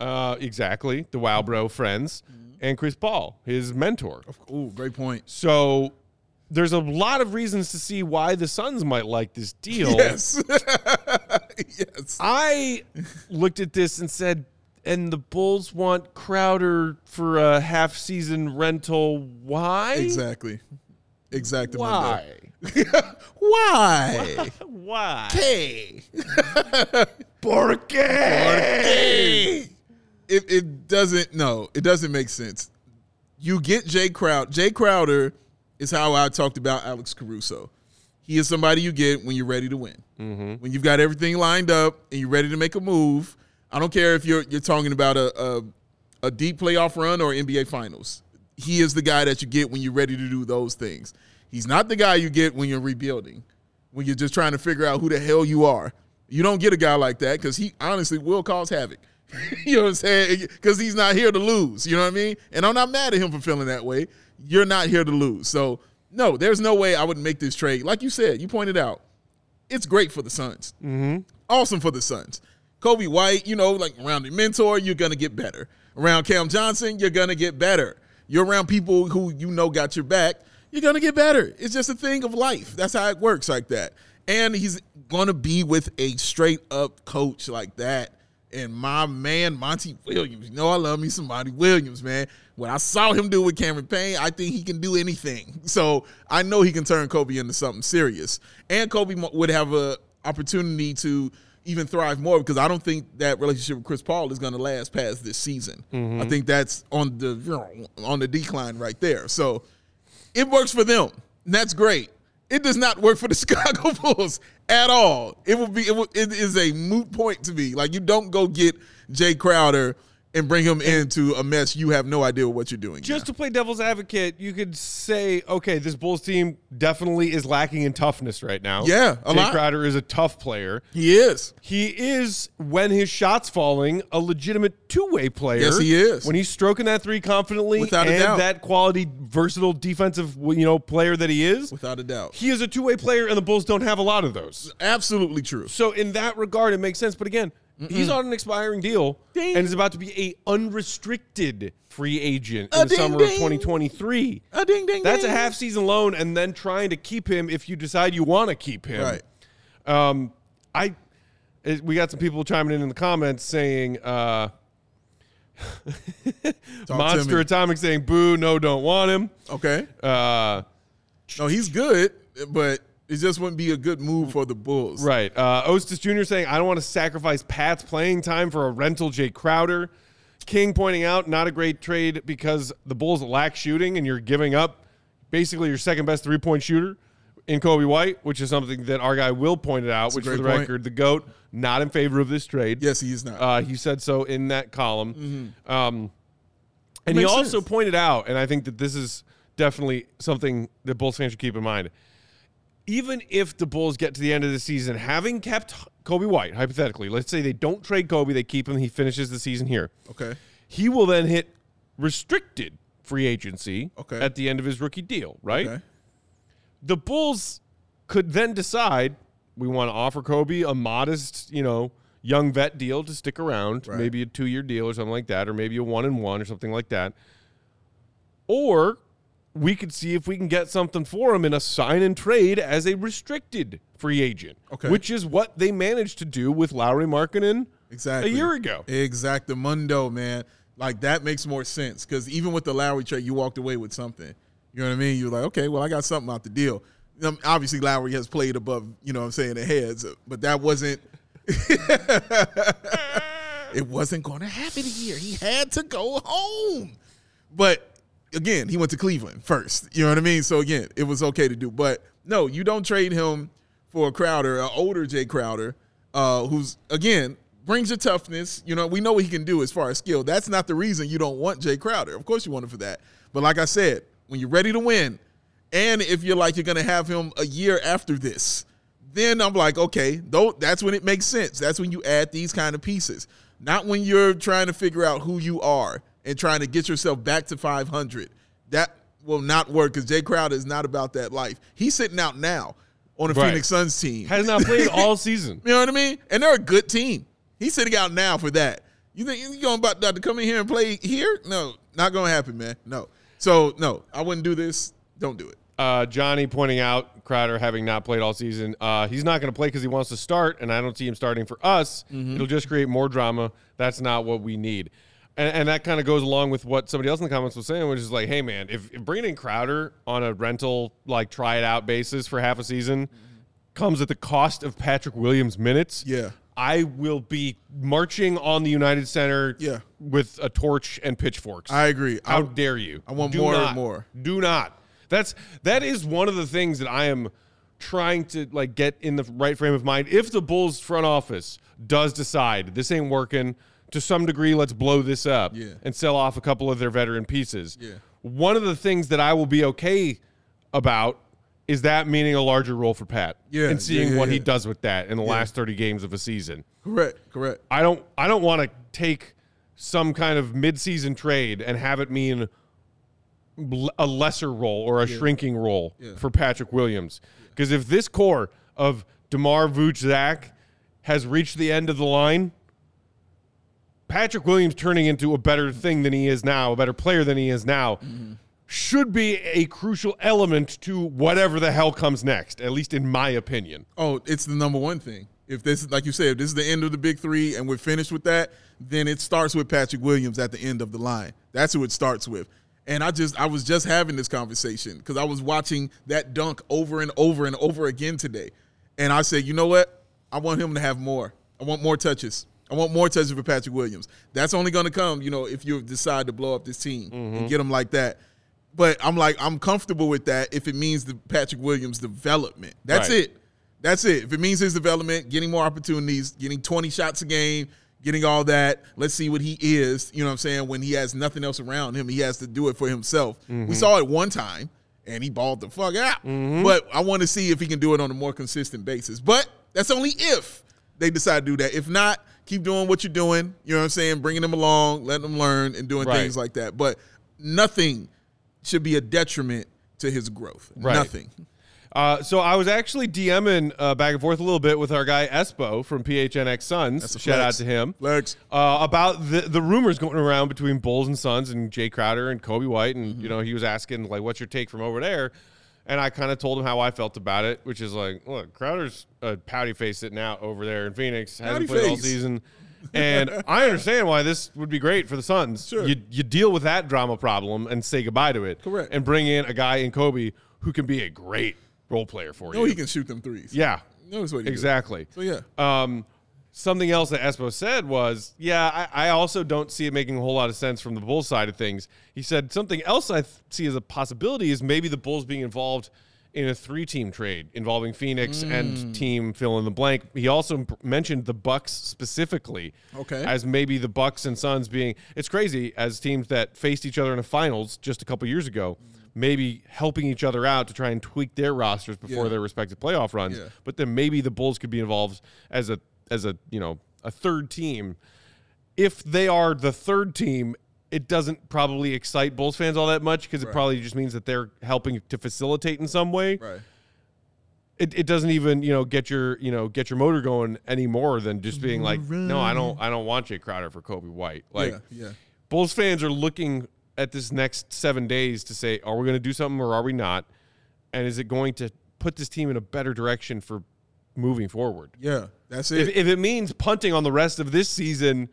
Speaker 1: Uh, exactly, the Wow Bro friends, and Chris Paul, his mentor.
Speaker 2: Ooh, great point.
Speaker 1: So there's a lot of reasons to see why the Suns might like this deal.
Speaker 2: Yes. yes.
Speaker 1: I looked at this and said, and the Bulls want Crowder for a half season rental. Why?
Speaker 2: Exactly. Exactly.
Speaker 1: Why?
Speaker 2: Why?
Speaker 1: Why?
Speaker 2: Hey.
Speaker 1: Porque.
Speaker 2: Hey. It, it doesn't no, it doesn't make sense. You get Jay Crowder. Jay Crowder is how I talked about Alex Caruso. He is somebody you get when you're ready to win. When you've got everything lined up and you're ready to make a move. I don't care if you're you're talking about a a, a deep playoff run or NBA finals. He is the guy that you get when you're ready to do those things. He's not the guy you get when you're rebuilding, when you're just trying to figure out who the hell you are. You don't get a guy like that because he honestly will cause havoc. you know what I'm saying? Because he's not here to lose. You know what I mean? And I'm not mad at him for feeling that way. You're not here to lose. So, no, there's no way I would make this trade. Like you said, you pointed out, it's great for the Suns. Mm-hmm. Awesome for the Suns. Kobe White, you know, like around the mentor, you're gonna get better. Around Cam Johnson, you're gonna get better. You're around people who you know got your back, you're gonna get better. It's just a thing of life. That's how it works like that. And he's gonna be with a straight up coach like that. And my man, Monty Williams. You know, I love me some Monty Williams, man. When I saw him do with Cameron Payne, I think he can do anything. So I know he can turn Kobe into something serious. And Kobe mo- would have a opportunity to even thrive more because I don't think that relationship with Chris Paul is going to last past this season. I think that's on the on the decline right there. So it works for them. And that's great. It does not work for the Chicago Bulls at all. It will be. It, will, it is a moot point to me. Like you don't go get Jay Crowder and bring him into a mess. You have no idea what you're doing.
Speaker 1: Just to play devil's advocate, you could say, okay, this Bulls team definitely is lacking in toughness right now.
Speaker 2: Yeah, a
Speaker 1: Jay
Speaker 2: lot.
Speaker 1: Crowder is a tough player.
Speaker 2: now. he is.
Speaker 1: He is, when his shot's falling, a legitimate two-way player.
Speaker 2: Yes, he is.
Speaker 1: When he's stroking that three confidently
Speaker 2: Without a
Speaker 1: and
Speaker 2: doubt.
Speaker 1: that quality, versatile defensive, you know, player that he is,
Speaker 2: Without a doubt.
Speaker 1: he is a two-way player, and the Bulls don't have a lot of those.
Speaker 2: Absolutely true.
Speaker 1: So in that regard, it makes sense. But again, he's on an expiring deal
Speaker 2: Ding.
Speaker 1: and is about to be a unrestricted free agent in
Speaker 2: A
Speaker 1: the
Speaker 2: ding,
Speaker 1: summer of
Speaker 2: ding.
Speaker 1: 2023.
Speaker 2: A ding ding.
Speaker 1: That's a
Speaker 2: ding.
Speaker 1: half season loan, and then trying to keep him if you decide you want to keep him.
Speaker 2: Right.
Speaker 1: Um, I it, we got some people chiming in in the comments saying. Uh,
Speaker 2: to
Speaker 1: Monster
Speaker 2: me.
Speaker 1: Atomic saying boo, no, don't want him.
Speaker 2: Okay.
Speaker 1: Uh,
Speaker 2: No, he's good, but it just wouldn't be a good move for the Bulls.
Speaker 1: Right. Uh, Ostis Jr. saying, I don't want to sacrifice Pat's playing time for a rental Jay Crowder. King pointing out, not a great trade because the Bulls lack shooting and you're giving up basically your second best three point shooter in Kobe White, which is something that our guy Will pointed out,
Speaker 2: a
Speaker 1: which for
Speaker 2: great
Speaker 1: the
Speaker 2: point.
Speaker 1: record, the GOAT, not in favor of this trade.
Speaker 2: Yes, he is not.
Speaker 1: Uh, he said so in that column. Um, and he
Speaker 2: Mm-hmm. Makes
Speaker 1: also
Speaker 2: sense.
Speaker 1: pointed out, and I think that this is definitely something that Bulls fans should keep in mind. Even if the Bulls get to the end of the season, having kept Kobe White, hypothetically, let's say they don't trade Kobe, they keep him, he finishes the season here.
Speaker 2: okay.
Speaker 1: He will then hit restricted free agency
Speaker 2: Okay.
Speaker 1: at the end of his rookie deal, right?
Speaker 2: Okay.
Speaker 1: the Bulls could then decide we want to offer Kobe a modest, you know, young vet deal to stick around,
Speaker 2: Right.
Speaker 1: maybe a two year deal or something like that, or maybe a one and one or something like that. Or we could see if we can get something for him in a sign and trade as a restricted free agent,
Speaker 2: Okay.
Speaker 1: which is what they managed to do with Lowry Markinen
Speaker 2: Exactly.
Speaker 1: a year ago.
Speaker 2: Exactamundo, man. Like that makes more sense because even with the Lowry trade, you walked away with something. You know what I mean? You're like, okay, well, I got something out the deal. Um, obviously, Lowry has played above, you know, what I'm saying the heads, but that wasn't. it wasn't going to happen here. He had to go home. But again, he went to Cleveland first. You know what I mean? So again, it was okay to do. But no, you don't trade him for a Crowder, an older Jay Crowder, uh, who's again brings your toughness. You know, we know what he can do as far as skill. That's not the reason you don't want Jay Crowder. Of course, you want him for that. But like I said, when you're ready to win, and if you're like you're gonna have him a year after this, then I'm like, okay, though that's when it makes sense. That's when you add these kind of pieces. Not when you're trying to figure out who you are and trying to get yourself back to 500. That will not work because Jay Crowder is not about that life. He's sitting out now on the
Speaker 1: Right.
Speaker 2: Phoenix Suns team.
Speaker 1: Has not played all season.
Speaker 2: You know what I mean? And they're a good team. He's sitting out now for that. You think you going about to come in here and play here? No, not gonna happen, man. No. So no, I wouldn't do this. Don't do it.
Speaker 1: uh, Johnny pointing out Crowder having not played all season. Uh, he's not going to play because he wants to start, and I don't see him starting for us.
Speaker 2: Mm-hmm.
Speaker 1: It'll just create more drama. That's not what we need. And, and that kind of goes along with what somebody else in the comments was saying, which is like, hey, man, if, if bringing in Crowder on a rental, like try it out basis for half a season comes at the cost of Patrick Williams' minutes,
Speaker 2: Mm-hmm. Yeah.
Speaker 1: I will be marching on the United Center
Speaker 2: Yeah.
Speaker 1: with a torch and pitchforks.
Speaker 2: I agree.
Speaker 1: How
Speaker 2: I-
Speaker 1: dare you?
Speaker 2: I want more and
Speaker 1: not,
Speaker 2: more.
Speaker 1: Do not. That's that is one of the things that I am trying to like get in the right frame of mind. If the Bulls front office does decide this ain't working, to some degree, let's blow this up
Speaker 2: Yeah.
Speaker 1: and sell off a couple of their veteran pieces.
Speaker 2: Yeah.
Speaker 1: One of the things that I will be okay about is that meaning a larger role for Pat.
Speaker 2: Yeah,
Speaker 1: And seeing
Speaker 2: yeah, yeah,
Speaker 1: what he
Speaker 2: yeah.
Speaker 1: does with that in the last 30 games of a season.
Speaker 2: Correct, correct.
Speaker 1: I don't I don't want to take some kind of midseason trade and have it mean l- a lesser role or a shrinking role for Patrick Williams. Because if this core of DeMar Vooch Zach has reached the end of the line, Patrick Williams turning into a better thing than he is now, a better player than he is now, should be a crucial element to whatever the hell comes next, at least in my opinion.
Speaker 2: Oh, it's the number one thing. If this, like you said, if this is the end of the big three and we're finished with that, then it starts with Patrick Williams at the end of the line. That's who it starts with. And I just, I was just having this conversation because I was watching that dunk over and over and over again today. And I said, you know what? I want him to have more. I want more touches. I want more touches for Patrick Williams. That's only going to come, you know, if you decide to blow up this team and get him like that. But I'm like, I'm comfortable with that if it means the Patrick Williams development. That's
Speaker 1: Right.
Speaker 2: it. That's it. If it means his development, getting more opportunities, getting 20 shots a game, getting all that. Let's see what he is. You know what I'm saying? When he has nothing else around him, he has to do it for himself.
Speaker 1: Mm-hmm.
Speaker 2: We saw it one time and he balled the fuck out. But I want to see if he can do it on a more consistent basis. But that's only if they decide to do that. If not, keep doing what you're doing. You know what I'm saying? Bringing them along, letting them learn, and doing
Speaker 1: Right.
Speaker 2: things like that. But nothing should be a detriment to his growth.
Speaker 1: Right.
Speaker 2: Nothing.
Speaker 1: Uh, so I was actually DMing uh, back and forth a little bit with our guy Espo from PHNX Suns.
Speaker 2: That's a
Speaker 1: Shout out
Speaker 2: flex.
Speaker 1: to him.
Speaker 2: Flex.
Speaker 1: Uh, about the, the rumors going around between Bulls and Suns and Jay Crowder and Kobe White. And,
Speaker 2: Mm-hmm.
Speaker 1: you know, he was asking, like, what's your take from over there? And I kind of told him how I felt about it, which is like, look, Crowder's a pouty face sitting out over there in Phoenix, hasn't
Speaker 2: Pouty
Speaker 1: played all
Speaker 2: face.
Speaker 1: season. And I understand why this would be great for the Suns.
Speaker 2: Sure.
Speaker 1: You, you deal with that drama problem and say goodbye to it.
Speaker 2: Correct.
Speaker 1: And bring in a guy in Kobe who can be a great role player for
Speaker 2: No,
Speaker 1: you.
Speaker 2: he can shoot them threes.
Speaker 1: yeah.
Speaker 2: Notice what he did.
Speaker 1: Exactly.
Speaker 2: So yeah.
Speaker 1: Um, something else that Espo said was, yeah, I, I also don't see it making a whole lot of sense from the Bulls side of things. He said something else I th- see as a possibility is maybe the Bulls being involved in a three-team trade involving Phoenix
Speaker 2: Mm.
Speaker 1: and team fill in the blank. He also m- mentioned the Bucks specifically,
Speaker 2: Okay.
Speaker 1: as maybe the Bucks and Suns being. It's crazy as teams that faced each other in the finals just a couple years ago. Maybe helping each other out to try and tweak their rosters before
Speaker 2: Yeah.
Speaker 1: their respective playoff runs
Speaker 2: Yeah.
Speaker 1: but then maybe the Bulls could be involved as a as a you know a third team. If they are the third team, it doesn't probably excite Bulls fans all that much because it probably just means that they're helping to facilitate in some way.
Speaker 2: right.
Speaker 1: It, it doesn't even you know get your you know get your motor going any more than just being like no I don't I don't want Jay Crowder for Kobe White like
Speaker 2: yeah. Yeah.
Speaker 1: Bulls fans are looking at this next seven days to say, are we going to do something or are we not? And is it going to put this team in a better direction for moving forward?
Speaker 2: Yeah. That's
Speaker 1: If,
Speaker 2: it.
Speaker 1: if it means punting on the rest of this season,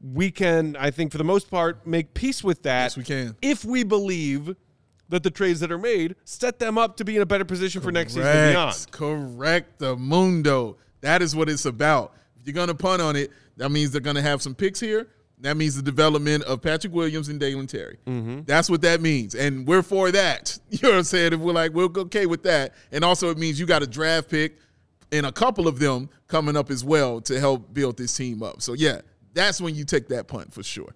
Speaker 1: we can, I think, for the most part, make peace with that.
Speaker 2: Yes, we can.
Speaker 1: If we believe that the trades that are made set them up to be in a better position for next season and beyond.
Speaker 2: Correct. Correct the mundo. That is what it's about. If you're gonna punt on it, that means they're gonna have some picks here. That means the development of Patrick Williams and Daylon Terry.
Speaker 1: Mm-hmm.
Speaker 2: That's what that means. And we're for that. You know what I'm saying? If we're like, we're okay with that. And also it means you got a draft pick and a couple of them coming up as well to help build this team up. So yeah, that's when you take that punt for sure.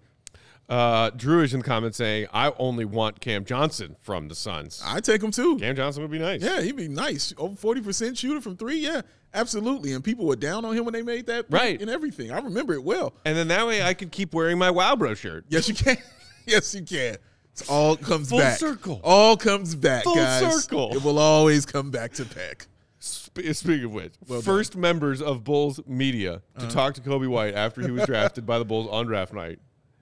Speaker 1: Uh, Drew is in the comments saying, I only want Cam Johnson from the Suns.
Speaker 2: I take them too.
Speaker 1: Cam Johnson would be nice.
Speaker 2: Ah. Yeah, he'd be nice. Over forty percent shooter from three. Yeah, absolutely. And people were down on him when they made that pick
Speaker 1: Right.
Speaker 2: and everything. I remember it well.
Speaker 1: And then that way I could keep wearing my Wow Bro shirt.
Speaker 2: Yes, you can. yes, you can. It all comes
Speaker 1: Full
Speaker 2: back.
Speaker 1: circle.
Speaker 2: All comes back,
Speaker 1: Full
Speaker 2: guys.
Speaker 1: circle.
Speaker 2: It will always come back to Peck.
Speaker 1: Sp- Speaking of which,
Speaker 2: Well done. Uh-huh.
Speaker 1: first members of Bulls media to talk to Kobe White after he was drafted by the Bulls on draft night.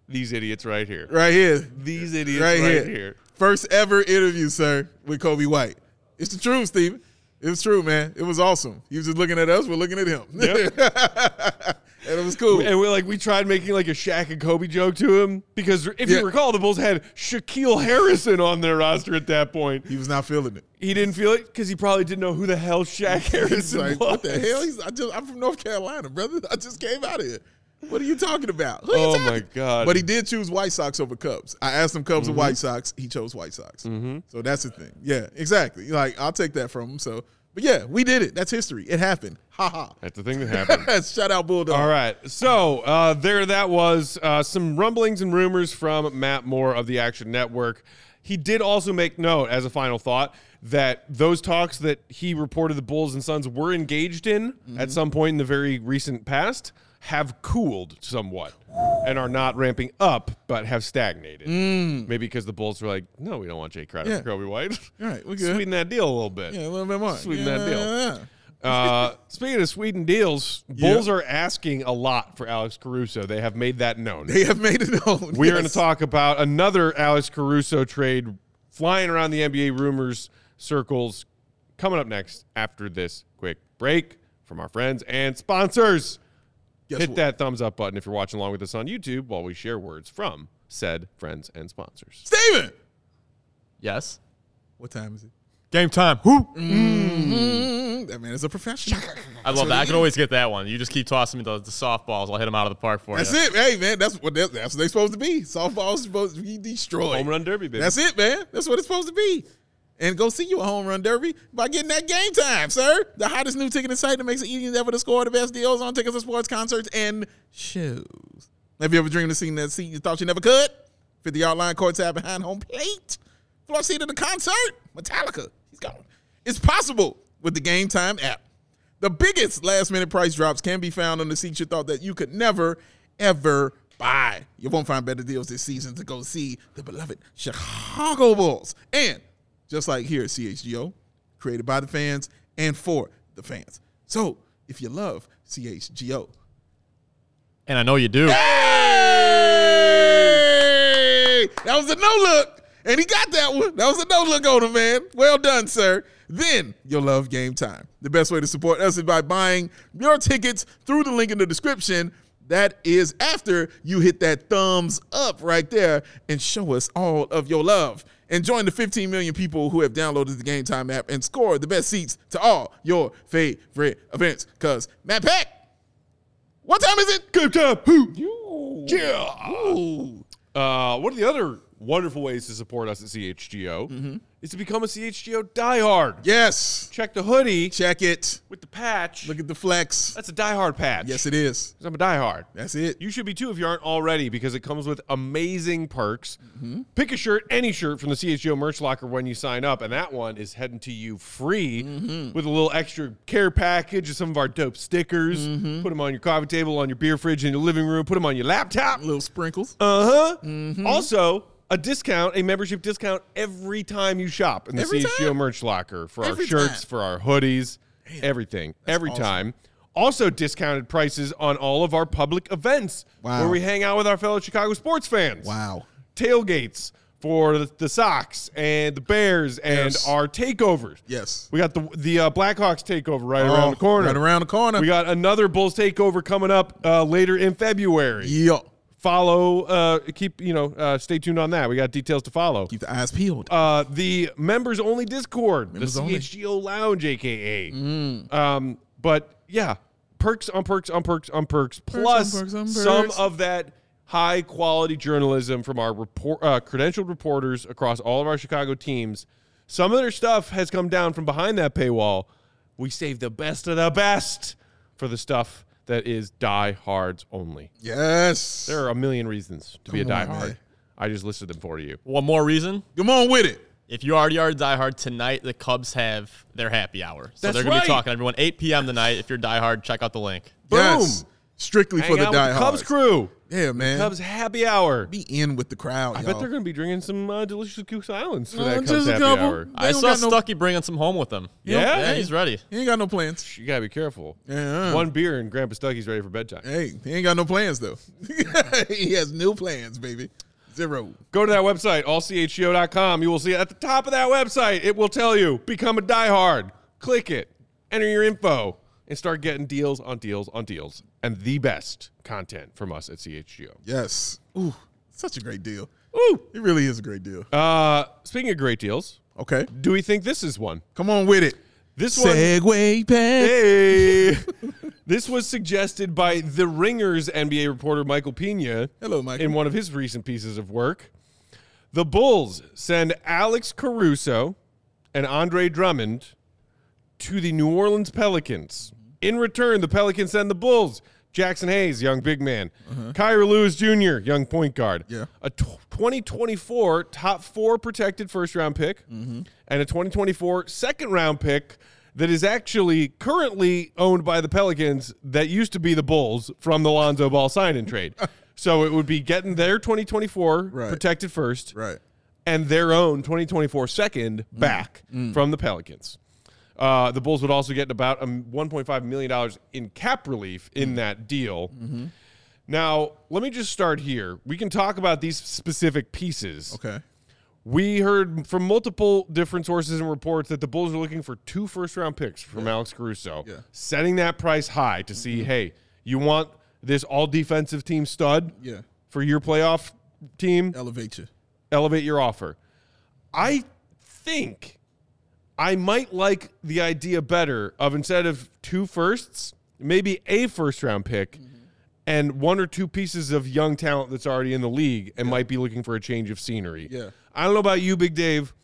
Speaker 1: These idiots right here.
Speaker 2: Right here.
Speaker 1: These idiots
Speaker 2: right,
Speaker 1: right,
Speaker 2: here.
Speaker 1: here.
Speaker 2: First ever interview, sir, with Kobe White. It's the truth, Steven. It was true, man. It was awesome. He was just looking at us. We're looking at him. and it was cool.
Speaker 1: And we are like we tried making like a Shaq and Kobe joke to him because if
Speaker 2: Yeah.
Speaker 1: you recall, the Bulls had Shaquille Harrison on their roster at that point.
Speaker 2: He was not feeling it.
Speaker 1: He didn't feel it because he probably didn't know who the hell Shaq
Speaker 2: He's
Speaker 1: Harrison
Speaker 2: like,
Speaker 1: was.
Speaker 2: what the hell? He's, I just, I'm from North Carolina, brother. I just came out of here. What are you talking about? Who are you
Speaker 1: Oh,
Speaker 2: talking-
Speaker 1: my God. Mm-hmm.
Speaker 2: But he did choose White Sox over Cubs. I asked him Cubs or White Sox. He chose White Sox. So that's the thing. Yeah, exactly. Like I'll take that from him. So, but yeah, we did it. That's history. It happened. Ha ha.
Speaker 1: That's the thing that happened.
Speaker 2: Shout out Bulldog.
Speaker 1: All right. So uh, there that was uh, some rumblings and rumors from Matt Moore of the Action Network. He did also make note, as a final thought, that those talks that he reported the Bulls and Suns were engaged in
Speaker 2: Mm-hmm.
Speaker 1: at some point in the very recent past have cooled somewhat and are not ramping up, but have stagnated. Maybe because the Bulls were like, no, we don't want Jay Crowder
Speaker 2: Mm. Yeah.
Speaker 1: for Kobe White.
Speaker 2: All right, we good.
Speaker 1: Sweeten that deal a little bit.
Speaker 2: Yeah, a little bit more.
Speaker 1: Sweeten
Speaker 2: yeah,
Speaker 1: that deal.
Speaker 2: yeah.
Speaker 1: Uh, speaking of Sweden deals, Bulls are asking a lot for Alex Caruso. They have made that known.
Speaker 2: They have made it known.
Speaker 1: We are going to
Speaker 2: Yes.
Speaker 1: talk about another Alex Caruso trade flying around the NBA rumors circles coming up next after this quick break from our friends and sponsors.
Speaker 2: Guess
Speaker 1: Hit
Speaker 2: what?
Speaker 1: that thumbs up button if you're watching along with us on YouTube while we share words from said friends and sponsors.
Speaker 2: Steven.
Speaker 3: Yes.
Speaker 2: What time is it?
Speaker 3: Game time. Who?
Speaker 2: Mm, That man is a professional.
Speaker 3: I love that. I can always get that one. You just keep tossing me the, the softballs. I'll hit them out of the park for
Speaker 2: That's
Speaker 3: you.
Speaker 2: it, hey man. That's what that, that's what they supposed to be. Softball's supposed to be destroyed.
Speaker 1: Home run derby, baby.
Speaker 2: That's it, man. That's what it's supposed to be. and go see you a home run derby by getting that game time, sir. The hottest new ticket in sight that makes it easy ever to score the best deals on tickets to sports concerts and shows. Have you ever dreamed of seeing that seat you thought you never could? 50 yard line courts out behind home plate. Floor seat of the concert. Metallica. He's gone. It's possible with the Game Time app. The biggest last minute price drops can be found on the seats you thought that you could never, ever buy. You won't find better deals this season to go see the beloved Chicago Bulls. And just like here at CHGO, created by the fans and for the fans. So if you love CHGO,
Speaker 3: And I know you do.
Speaker 2: Hey! That was a no look. And he got that one. That was a no look on him, man. Well done, sir. Then you'll love game time. The best way to support us is by buying your tickets through the link in the description. That is after you hit that thumbs up right there and show us all of your love. And join the 15 million people who have downloaded the Game Time app and scored the best seats to all your favorite events. Because Matt Pack, what time is it? Game time. Who? Yeah.
Speaker 1: Uh, one of the other wonderful ways to support us at CHGO is to become a CHGO diehard.
Speaker 2: Yes.
Speaker 1: Check the hoodie
Speaker 2: Check it.
Speaker 1: with the patch.
Speaker 2: Look at the flex.
Speaker 1: That's a diehard patch.
Speaker 2: Yes, it is.
Speaker 1: 'Cause I'm a diehard.
Speaker 2: That's it.
Speaker 1: You should be too if you aren't already because it comes with amazing perks.
Speaker 2: Mm-hmm.
Speaker 1: Pick a shirt, any shirt from the CHGO merch locker when you sign up, and that one is heading to you free
Speaker 2: Mm-hmm.
Speaker 1: with a little extra care package of some of our dope stickers.
Speaker 2: Mm-hmm.
Speaker 1: Put them on your coffee table, on your beer fridge, in your living room. Put them on your laptop.
Speaker 2: Little sprinkles.
Speaker 1: Uh huh.
Speaker 2: Mm-hmm.
Speaker 1: Also, a discount, a membership discount every time you shop in the
Speaker 2: Every
Speaker 1: CHGO
Speaker 2: time?
Speaker 1: merch locker for
Speaker 2: Every
Speaker 1: our shirts,
Speaker 2: time.
Speaker 1: for our hoodies, everything, every time. Also, discounted prices on all of our public events
Speaker 2: Wow.
Speaker 1: where we hang out with our fellow Chicago sports fans.
Speaker 2: Wow.
Speaker 1: Tailgates for the, the Sox and the Bears and
Speaker 2: Yes.
Speaker 1: our takeovers.
Speaker 2: Yes.
Speaker 1: We got the the uh, Blackhawks takeover right around
Speaker 2: Oh,
Speaker 1: the corner.
Speaker 2: Right around the corner.
Speaker 1: We got another Bulls takeover coming up uh, later in February
Speaker 2: yeah.
Speaker 1: follow uh keep you know uh stay tuned on that we got details to follow
Speaker 2: Keep the eyes peeled.
Speaker 1: uh the members only discord
Speaker 2: Members
Speaker 1: the
Speaker 2: only. Mm.
Speaker 1: chgo lounge aka um but yeah perks on perks on perks on perks plus
Speaker 2: perks on
Speaker 1: some
Speaker 2: perks.
Speaker 1: of that high quality journalism from our report uh, credentialed reporters across all of our chicago teams some of their stuff has come down from behind that paywall we save the best of the best for the stuff that is die hards only
Speaker 2: yes.
Speaker 1: there are a million reasons to be a
Speaker 2: Don't worry.
Speaker 1: diehard. I just listed them for you.
Speaker 3: One more reason.
Speaker 2: Come on with it.
Speaker 3: If you already are a diehard, tonight the Cubs have their happy hour. So
Speaker 1: That's
Speaker 3: they're going to
Speaker 1: right.
Speaker 3: be talking, everyone, 8 p.m. tonight. If you're diehard, check out the link.
Speaker 1: Boom.
Speaker 2: Yes. Strictly for
Speaker 1: Hang
Speaker 2: the
Speaker 1: out with
Speaker 2: diehards.
Speaker 1: Cubs crew.
Speaker 2: Yeah, man.
Speaker 1: Cubs happy hour.
Speaker 2: Be in with the crowd.
Speaker 1: I
Speaker 2: y'all.
Speaker 1: bet they're going to be drinking some uh, delicious Goose Islands for
Speaker 2: Oh,
Speaker 1: that Cubs
Speaker 2: just a
Speaker 1: happy
Speaker 2: couple.
Speaker 1: hour.
Speaker 2: They
Speaker 3: I
Speaker 2: don't
Speaker 3: saw
Speaker 2: got no-
Speaker 3: Stucky bringing some home with him.
Speaker 1: Yeah?
Speaker 3: Yeah, he's ready.
Speaker 2: He ain't got no plans.
Speaker 1: You got to be careful.
Speaker 2: Yeah.
Speaker 1: One beer and Grandpa Stucky's ready for bedtime.
Speaker 2: Hey, he ain't got no plans though. he has no plans, baby. Zero.
Speaker 1: Go to that website, allchgo.com. You will see at the top of that website, it will tell you become a diehard. Click it, enter your info, and start getting deals on deals on deals and the best content from us at CHGO.
Speaker 2: Yes. Ooh, such a great deal.
Speaker 1: Ooh.
Speaker 2: It really is a great deal.
Speaker 1: Uh, speaking of great deals,
Speaker 2: Okay.
Speaker 1: do we think this is one?
Speaker 2: Come on with it.
Speaker 1: This one.
Speaker 2: Segway pass.
Speaker 1: Hey. this was suggested by The Ringers NBA reporter Michael Pena.
Speaker 2: Hello, Michael.
Speaker 1: In one of his recent pieces of work. The Bulls send Alex Caruso and Andre Drummond to the New Orleans Pelicans. In return, the Pelicans send the Bulls Jackson Hayes, young big man, Kyra Lewis Jr., young point guard,
Speaker 2: Uh-huh. Yeah.
Speaker 1: a tw 2024 top four protected first round pick,
Speaker 2: Mm-hmm.
Speaker 1: and a 2024 second round pick that is actually currently owned by the Pelicans that used to be the Bulls from the Lonzo Ball sign and trade. so it would be getting their 2024
Speaker 2: Right.
Speaker 1: protected first
Speaker 2: Right.
Speaker 1: and their own 2024 second
Speaker 2: Mm.
Speaker 1: back from the Pelicans. Uh, the Bulls would also get about um, $1.5 million in cap relief
Speaker 2: Mm.
Speaker 1: in that deal.
Speaker 2: Mm-hmm.
Speaker 1: Now, let me just start here. We can talk about these specific pieces.
Speaker 2: Okay.
Speaker 1: We heard from multiple different sources and reports that the Bulls are looking for two first round picks from Alex Caruso,
Speaker 2: Yeah. Mm-hmm.
Speaker 1: setting that price high to see, hey, you want this all defensive team stud
Speaker 2: Yeah.
Speaker 1: for your playoff team?
Speaker 2: Elevate you.
Speaker 1: elevate your offer. I think I might like the idea better of instead of two firsts, maybe a first round pick and one or two pieces of young talent that's already in the league and might be looking for a change of scenery.
Speaker 2: Yeah.
Speaker 1: I don't know about you, Big Dave.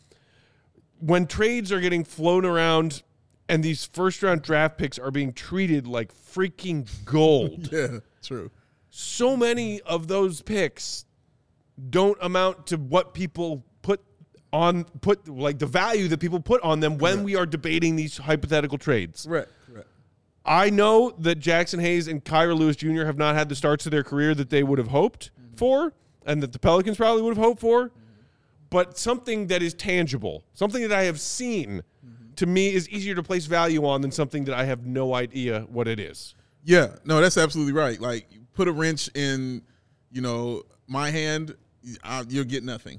Speaker 1: when trades are getting flown around and these first round draft picks are being treated like freaking gold,
Speaker 2: Yeah, true.
Speaker 1: so many of those picks don't amount to what people put on put like the value that people put on them when we are debating these hypothetical trades.
Speaker 2: Correct. Correct.
Speaker 1: I know that Jackson Hayes and Kyra Lewis Jr. have not had the starts to their career that they would have hoped for, and that the Pelicans probably would have hoped for. But something that is tangible, something that I have seen, to me is easier to place value on than something that I have no idea what it is.
Speaker 2: Yeah, no, that's absolutely right. Like, you put a wrench in, you know, my hand, I, you'll get nothing.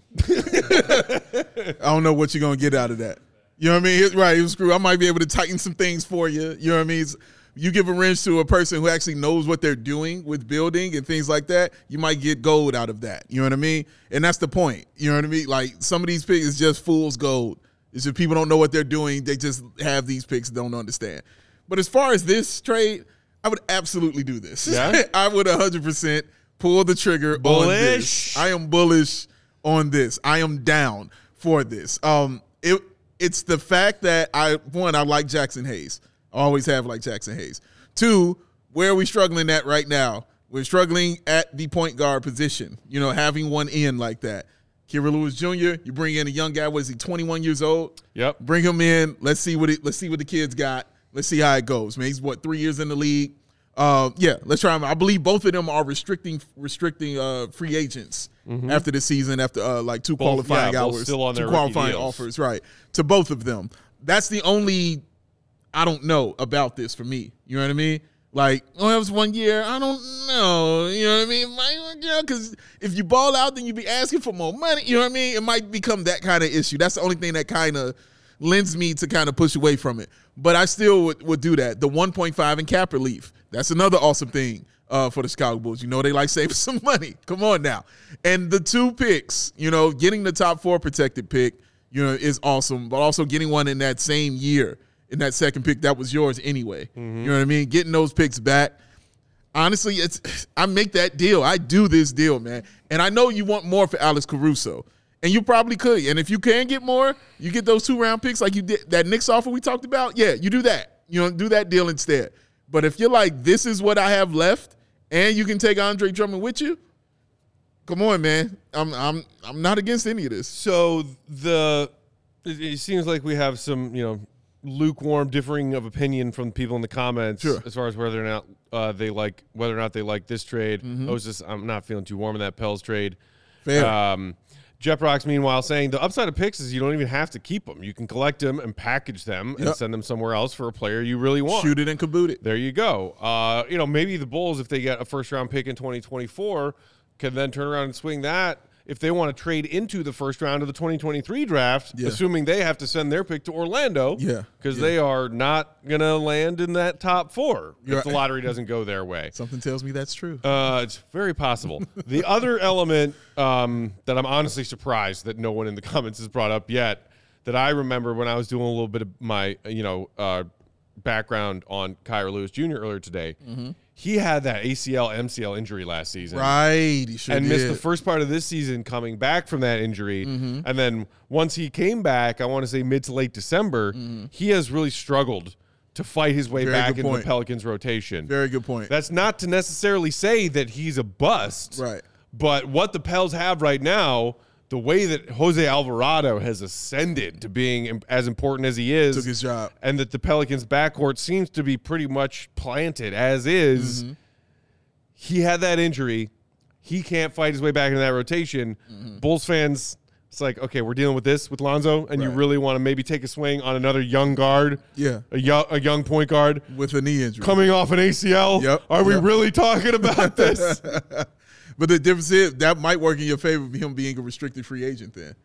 Speaker 2: I don't know what you're gonna get out of that. You know what I mean? It's right, it was screw. I might be able to tighten some things for you. You know what I mean? It's- you give a wrench to a person who actually knows what they're doing with building and things like that, you might get gold out of that. You know what I mean? And that's the point. You know what I mean? Like some of these picks is just fool's gold. It's just people don't know what they're doing. They just have these picks, don't understand. But as far as this trade, I would absolutely do this.
Speaker 1: Yeah?
Speaker 2: I would 100% pull the trigger on
Speaker 1: Bullish.
Speaker 2: this. I am bullish on this. I am down for this. Um, it it's the fact that I one I like Jackson Hayes. I always have like Jackson Hayes. Two, where are we struggling at right now? We're struggling at the point guard position. You know, having one in like that. Kira Lewis Jr. You bring in a young guy. Was he 21 years old?
Speaker 1: Yep.
Speaker 2: Bring him in. Let's see what it, let's see what the kids got. Let's see how it goes. Man, he's what three years in the league. Uh, yeah, let's try him. I believe both of them are restricting restricting uh, free agents after the season after uh, like two
Speaker 1: Mm-hmm. Both-
Speaker 2: qualifying
Speaker 1: yeah, both
Speaker 2: hours,
Speaker 1: still on their
Speaker 2: two
Speaker 1: rookie
Speaker 2: qualifying
Speaker 1: deals.
Speaker 2: offers, right? To both of them. That's the only I don't know about this for me. You know what I mean? Like, oh, that was one year. I don't know. You know what I mean? My, yeah, because if you ball out, then you'd be asking for more money. You know what I mean? It might become that kind of issue. That's the only thing that kind of lends me to kind of push away from it. But I still would, would do that. The 1.5 and cap relief. That's another awesome thing uh, for the Chicago Bulls. You know, they like saving some money. Come on now. And the two picks, you know, getting the top four protected pick, you know, is awesome, but also getting one in that same year in that second pick that was yours anyway. You know what I mean? Getting those picks back. Honestly, it's I make that deal. I do this deal, man. And I know you want more for Alex Caruso. And you probably could. And if you can get more, you get those two round picks like you did that Knicks offer we talked about. Yeah, you do that. You know, do that deal instead. But if you're like, this is what I have left, and you can take Andre Drummond with you, come on, man. I'm I'm I'm not against any of this.
Speaker 1: So the it, it seems like we have some you know lukewarm differing of opinion from people in the comments
Speaker 2: Sure.
Speaker 1: as far as whether or not uh, they like whether or not they like this trade. Osis, I'm not feeling too warm in that Pels trade.
Speaker 2: Mm-hmm. Fair.
Speaker 1: Um, Jeff Rocks, meanwhile, saying the upside of picks is you don't even have to keep them. You can collect them and package them and
Speaker 2: Yep.
Speaker 1: send them somewhere else for a player you really want.
Speaker 2: Shoot it and kaboot it.
Speaker 1: There you go. Uh, you know, maybe the Bulls, if they get a first round pick in 2024, can then turn around and swing that if they want to trade into the first round of the 2023 draft,
Speaker 2: Yeah.
Speaker 1: assuming they have to send their pick to Orlando.
Speaker 2: Yeah.
Speaker 1: Because they are not going to land in that top 4
Speaker 2: You're
Speaker 1: if the
Speaker 2: right.
Speaker 1: lottery doesn't go their way.
Speaker 2: Something tells me that's true.
Speaker 1: Uh, it's very possible. The other element um, that I'm honestly surprised that no one in the comments has brought up yet that I remember when I was doing a little bit of my you know uh, background on Kyra Lewis Jr. earlier today, he had that ACL MCL injury last season
Speaker 2: Mm-hmm. right. He sure
Speaker 1: and missed the
Speaker 2: did. Mm-hmm.
Speaker 1: first part of this season coming back from that injury. And then once he came back, I want to say mid to late December, he has really struggled to fight his way
Speaker 2: Mm-hmm. Very
Speaker 1: back
Speaker 2: good
Speaker 1: into the
Speaker 2: point.
Speaker 1: Pelicans rotation.
Speaker 2: Very good point.
Speaker 1: That's not to necessarily say that he's a bust.
Speaker 2: Right.
Speaker 1: But what the Pels have right now, the way that Jose Alvarado has ascended to being im- as important as he is,
Speaker 2: Took his job.
Speaker 1: and that the Pelicans' backcourt seems to be pretty much planted as is.
Speaker 2: Mm-hmm.
Speaker 1: He had that injury. He can't fight his way back into that rotation.
Speaker 2: Mm-hmm.
Speaker 1: Bulls fans, it's like, okay, we're dealing with this with Lonzo, and you
Speaker 2: Right.
Speaker 1: really want to maybe take a swing on another young guard,
Speaker 2: Yeah.
Speaker 1: a young, a young point guard
Speaker 2: with a knee injury.
Speaker 1: coming off an ACL.
Speaker 2: Yep,
Speaker 1: Are we
Speaker 2: yep.
Speaker 1: really talking about this?
Speaker 2: But the difference is that might work in your favor with him being a restricted free agent then.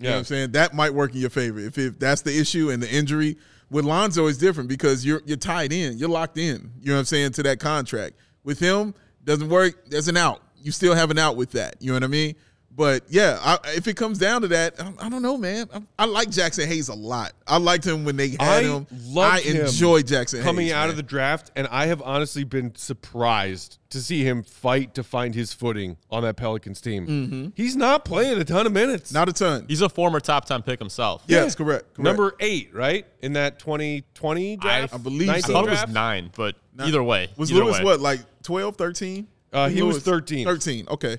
Speaker 2: You know
Speaker 1: Yeah.
Speaker 2: what I'm saying? That might work in your favor. If, if that's the issue and the injury with Lonzo is different because you're you're tied in. You're locked in. You know what I'm saying? To that contract. With him, doesn't work, there's an out. You still have an out with that. You know what I mean? But yeah, I, if it comes down to that, I, I don't know, man. I, I like Jackson Hayes a lot. I liked him when they had
Speaker 1: I
Speaker 2: him.
Speaker 1: loved
Speaker 2: I
Speaker 1: him
Speaker 2: enjoy Jackson
Speaker 1: coming
Speaker 2: Hayes,
Speaker 1: out
Speaker 2: man.
Speaker 1: of the draft, and I have honestly been surprised to see him fight to find his footing on that Pelicans team. He's not playing a ton of minutes.
Speaker 2: Mm-hmm. not a ton.
Speaker 3: He's a former top ten pick himself.
Speaker 2: yeah, that's correct. correct.
Speaker 1: Number eight, right in that 2020 draft.
Speaker 3: I
Speaker 2: believe
Speaker 1: 19
Speaker 3: I thought it
Speaker 1: draft?
Speaker 3: was nine, but either way,
Speaker 2: Was
Speaker 3: either
Speaker 2: Lewis
Speaker 3: way.
Speaker 2: what, like 12, 13?
Speaker 1: Uh, he was 13.
Speaker 2: 13, okay.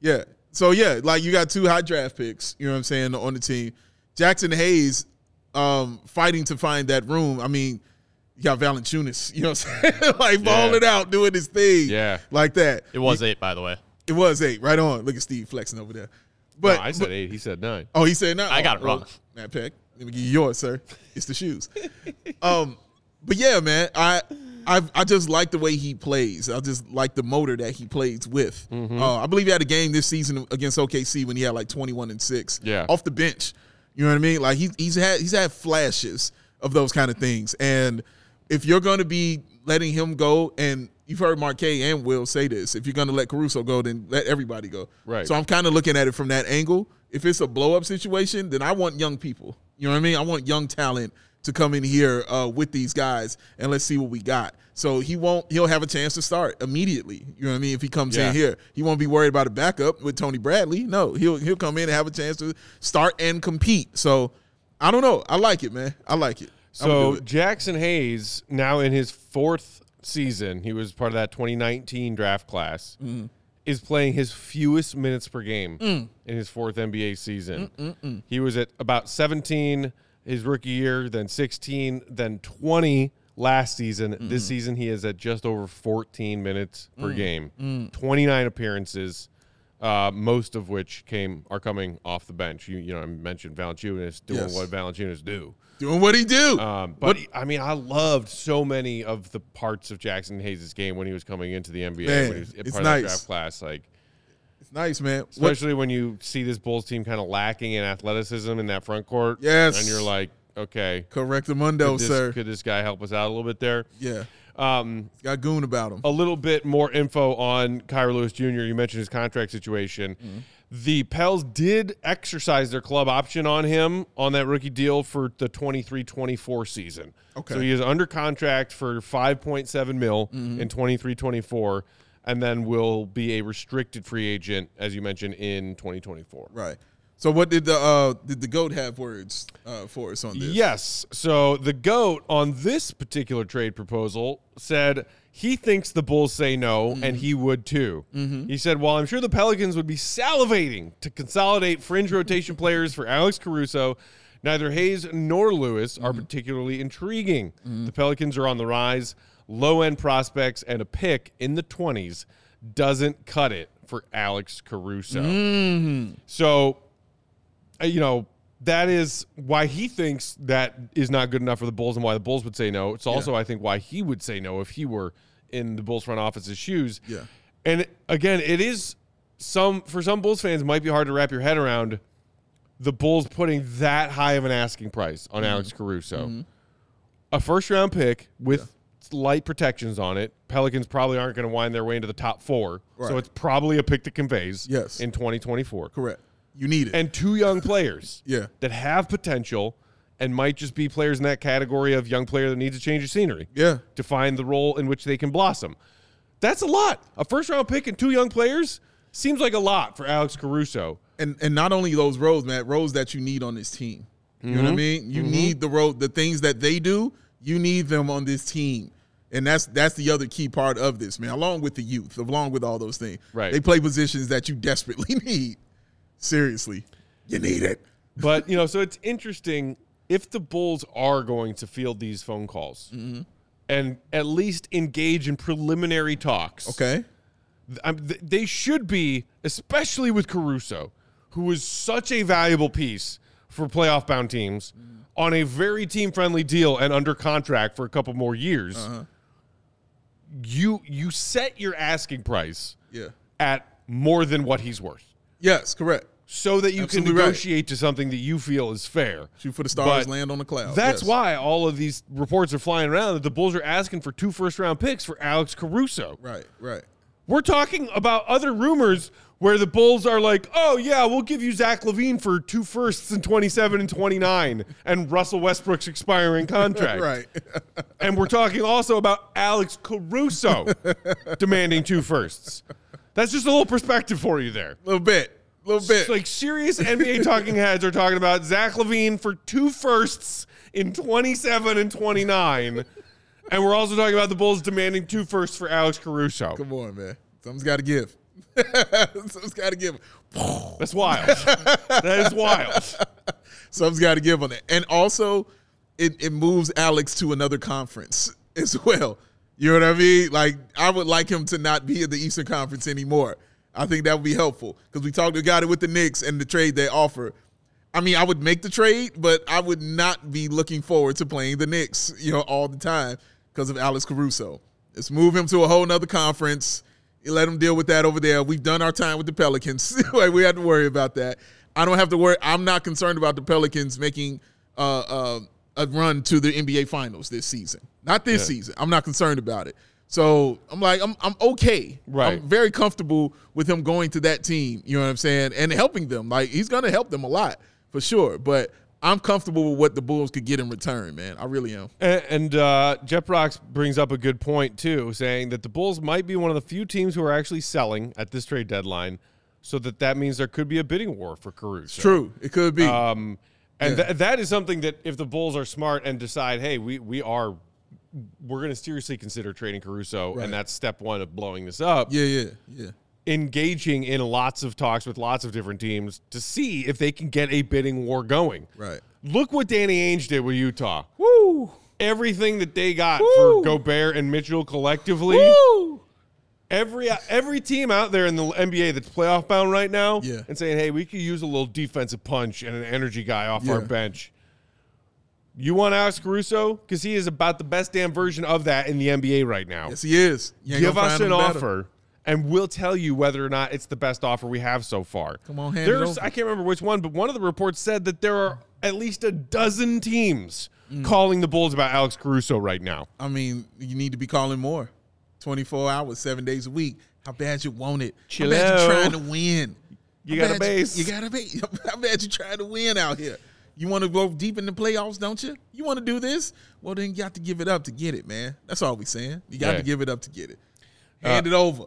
Speaker 2: Yeah. So, yeah, like you got two high draft picks, you know what I'm saying, on the team. Jackson Hayes um, fighting to find that room. I mean, you got Valanciunas, you know what I'm saying? like balling out, doing his thing.
Speaker 1: Yeah.
Speaker 2: Like that.
Speaker 3: It was eight, by the way.
Speaker 2: It was eight, right on. Look at Steve flexing over there. But,
Speaker 1: No, Oh, I said eight. He said nine.
Speaker 2: Oh, he said no.
Speaker 3: I got it
Speaker 2: Oh,
Speaker 3: wrong.
Speaker 2: well, Matt Peck, let me give you yours, sir. It's the shoes. um, but yeah, man, I I I just like the way he plays. I just like the motor that he plays with.
Speaker 3: Mm-hmm.
Speaker 2: Uh, I believe he had a game this season against OKC when he had like twenty one and six.
Speaker 1: Yeah.
Speaker 2: off the bench. You know what I mean? Like he, he's had he's had flashes of those kind of things. And if you're going to be letting him go, and you've heard Marquez and Will say this, if you're going to let Caruso go, then let everybody go.
Speaker 1: Right.
Speaker 2: So I'm kind of looking at it from that angle. If it's a blow up situation, then I want young people. You know what I mean? I want young talent to come in here uh, with these guys and let's see what we got. So he won't. He'll have a chance to start immediately. You know what I mean? If he comes
Speaker 1: Yeah.
Speaker 2: in here, he won't be worried about a backup with Tony Bradley. No, he'll he'll come in and have a chance to start and compete. So I don't know. I like it, man. I like it. I would
Speaker 1: So
Speaker 2: do it.
Speaker 1: Jackson Hayes now in his fourth season, he was part of that 2019 draft class,
Speaker 2: Mm.
Speaker 1: is playing his fewest minutes per game in his fourth NBA season.
Speaker 2: Mm,
Speaker 1: He was at about 17 his rookie year, then 16, then 20 last season.
Speaker 2: Mm.
Speaker 1: This season he is at just over 14 minutes per game,
Speaker 2: Mm.
Speaker 1: 29 appearances. Uh, most of which came are coming off the bench. You you know I mentioned Valanciunas doing
Speaker 2: Yes.
Speaker 1: what Valanciunas do.
Speaker 2: doing what he do.
Speaker 1: Um, but I mean, I loved so many of the parts of Jackson Hayes' game when he was coming into the NBA.
Speaker 2: Man,
Speaker 1: when he was
Speaker 2: it's
Speaker 1: part of
Speaker 2: nice.
Speaker 1: the draft class, like
Speaker 2: it's nice, man. What-
Speaker 1: especially when you see this Bulls team kind of lacking in athleticism in that front court.
Speaker 2: Yes.
Speaker 1: and you're like, okay,
Speaker 2: Correctamundo,
Speaker 1: this,
Speaker 2: sir.
Speaker 1: could this guy help us out a little bit there?
Speaker 2: yeah,
Speaker 1: Um,
Speaker 2: he's got goon about him.
Speaker 1: a little bit more info on Kyra Lewis Jr. You mentioned his contract situation. The Pels did exercise their club option on him on that rookie deal for the 23 24 season.
Speaker 2: Okay.
Speaker 1: So he is under contract for 5.7 mil in 23 24, and then will be a restricted free agent, as you mentioned, in 2024.
Speaker 2: Right. So what did the uh did the goat have words uh for us on this?
Speaker 1: Yes. So the GOAT on this particular trade proposal said he thinks the Bulls say no,
Speaker 2: Mm-hmm.
Speaker 1: and he would too. He said, While I'm sure the Pelicans would be salivating to consolidate fringe rotation players for Alex Caruso, neither Hayes nor Lewis
Speaker 2: Mm-hmm.
Speaker 1: are particularly intriguing. The Pelicans are on the rise, low end prospects, and a pick in the 20s doesn't cut it for Alex Caruso.
Speaker 2: Mm-hmm.
Speaker 1: So uh, you know, that is why he thinks that is not good enough for the Bulls and why the Bulls would say no. It's also, I think, why he would say no if he were in the Bulls front office's shoes.
Speaker 2: Yeah.
Speaker 1: And again, it is some for some Bulls fans it might be hard to wrap your head around the Bulls putting that high of an asking price on
Speaker 2: Mm-hmm.
Speaker 1: Alex Caruso. A first round pick with light protections on it. Pelicans probably aren't going to wind their way into the top 4.
Speaker 2: Right.
Speaker 1: So it's probably a pick that conveys
Speaker 2: Yes.
Speaker 1: in 2024
Speaker 2: Correct. You need it.
Speaker 1: and two young players
Speaker 2: Yeah.
Speaker 1: that have potential and might just be players in that category of young player that needs a change of scenery
Speaker 2: yeah.
Speaker 1: to find the role in which they can blossom. That's a lot. A first round pick and two young players seems like a lot for Alex Caruso.
Speaker 2: And and not only those roles, Matt, roles that you need on this team. You know
Speaker 1: Mm-hmm.
Speaker 2: what I mean? You need the road the things that they do, you need them on this team. And that's that's the other key part of this, man, along with the youth, along with all those things.
Speaker 1: Right.
Speaker 2: They play positions that you desperately need. Seriously. You need it.
Speaker 1: But, you know, so it's interesting if the Bulls are going to field these phone calls
Speaker 2: Mm-hmm.
Speaker 1: and at least engage in preliminary talks.
Speaker 2: Okay.
Speaker 1: I'm, th- they should be, especially with Caruso, who is such a valuable piece for playoff bound teams on a very team friendly deal and under contract for a couple more years.
Speaker 2: Uh-huh.
Speaker 1: You you set your asking price
Speaker 2: Yeah.
Speaker 1: at more than what he's worth,
Speaker 2: Yes, correct.
Speaker 1: so that you
Speaker 2: Absolutely
Speaker 1: can
Speaker 2: right.
Speaker 1: negotiate to something that you feel is fair.
Speaker 2: Shoot for the stars,
Speaker 1: But
Speaker 2: land on the cloud.
Speaker 1: That's
Speaker 2: Yes.
Speaker 1: why all of these reports are flying around that the Bulls are asking for two first round picks for Alex Caruso.
Speaker 2: Right, right.
Speaker 1: We're talking about other rumors where the Bulls are like, oh yeah, we'll give you Zach Levine for two firsts and twenty seven and twenty nine, and Russell Westbrook's expiring contract.
Speaker 2: Right.
Speaker 1: And we're talking also about Alex Caruso demanding two firsts. That's just a little perspective for you there.
Speaker 2: little bit. little bit.
Speaker 1: It's like serious NBA talking heads are talking about Zach Levine for two firsts in 27 and 29. And we're also talking about the Bulls demanding two firsts for Alex Caruso.
Speaker 2: Come on, man. Something's got to give. Something's got to give.
Speaker 1: That's wild. that is wild.
Speaker 2: Something's got to give on that. And also, it, it moves Alex to another conference as well. You know what I mean? Like, I would like him to not be in the Eastern Conference anymore. I think that would be helpful because we talked about it with the Knicks and the trade they offer. I mean, I would make the trade, but I would not be looking forward to playing the Knicks, you know, all the time because of Alex Caruso. Let's move him to a whole nother conference. You let him deal with that over there. We've done our time with the Pelicans. like we have to worry about that. I don't have to worry. I'm not concerned about the Pelicans making uh, uh, a run to the NBA Finals this season. Not this season. I'm not concerned about it. So I'm like, I'm I'm okay.
Speaker 1: Right.
Speaker 2: I'm very comfortable with him going to that team. You know what I'm saying? And helping them. Like he's gonna help them a lot for sure. But I'm comfortable with what the Bulls could get in return, man. I really am.
Speaker 1: And, and uh, Jeff Rocks brings up a good point, too, saying that the Bulls might be one of the few teams who are actually selling at this trade deadline. So that that means there could be a bidding war for Caruso.
Speaker 2: It's true. It could be.
Speaker 1: Um, and tha- that is something that if the Bulls are smart and decide, hey, we we are we're going to seriously consider trading Caruso,
Speaker 2: Right.
Speaker 1: and that's step one of blowing this up.
Speaker 2: yeah, yeah, yeah.
Speaker 1: Engaging in lots of talks with lots of different teams to see if they can get a bidding war going.
Speaker 2: Right.
Speaker 1: Look what Danny Ainge did with Utah. Woo! Everything that they got for Gobert and Mitchell collectively. Every uh, every team out there in the NBA that's playoff bound right now,
Speaker 2: Yeah.
Speaker 1: and saying, "Hey, we could use a little defensive punch and an energy guy off our
Speaker 2: Yeah.
Speaker 1: bench." You want Alex Caruso because he is about the best damn version of that in the NBA right now.
Speaker 2: Yes, he is. You ain't
Speaker 1: Give
Speaker 2: gonna
Speaker 1: us an
Speaker 2: find him better.
Speaker 1: offer, and we'll tell you whether or not it's the best offer we have so far. Come
Speaker 2: on, hand it
Speaker 1: There's
Speaker 2: over.
Speaker 1: I can't remember which one, but one of the reports said that there are at least a dozen teams
Speaker 2: Mm.
Speaker 1: calling the Bulls about Alex Caruso right now.
Speaker 2: I mean, you need to be calling more. 24 hours, seven days a week. How bad you want it.
Speaker 1: Chill
Speaker 2: How bad
Speaker 1: out.
Speaker 2: you trying to win.
Speaker 1: You
Speaker 2: How
Speaker 1: got a
Speaker 2: bad
Speaker 1: base.
Speaker 2: You, you got a base. How bad you trying to win out here. You want to go deep in the playoffs, don't you? You want to do this? Well, then you got to give it up to get it, man. That's all we saying. You got
Speaker 1: Yeah.
Speaker 2: to give it up to get it. Hand it over.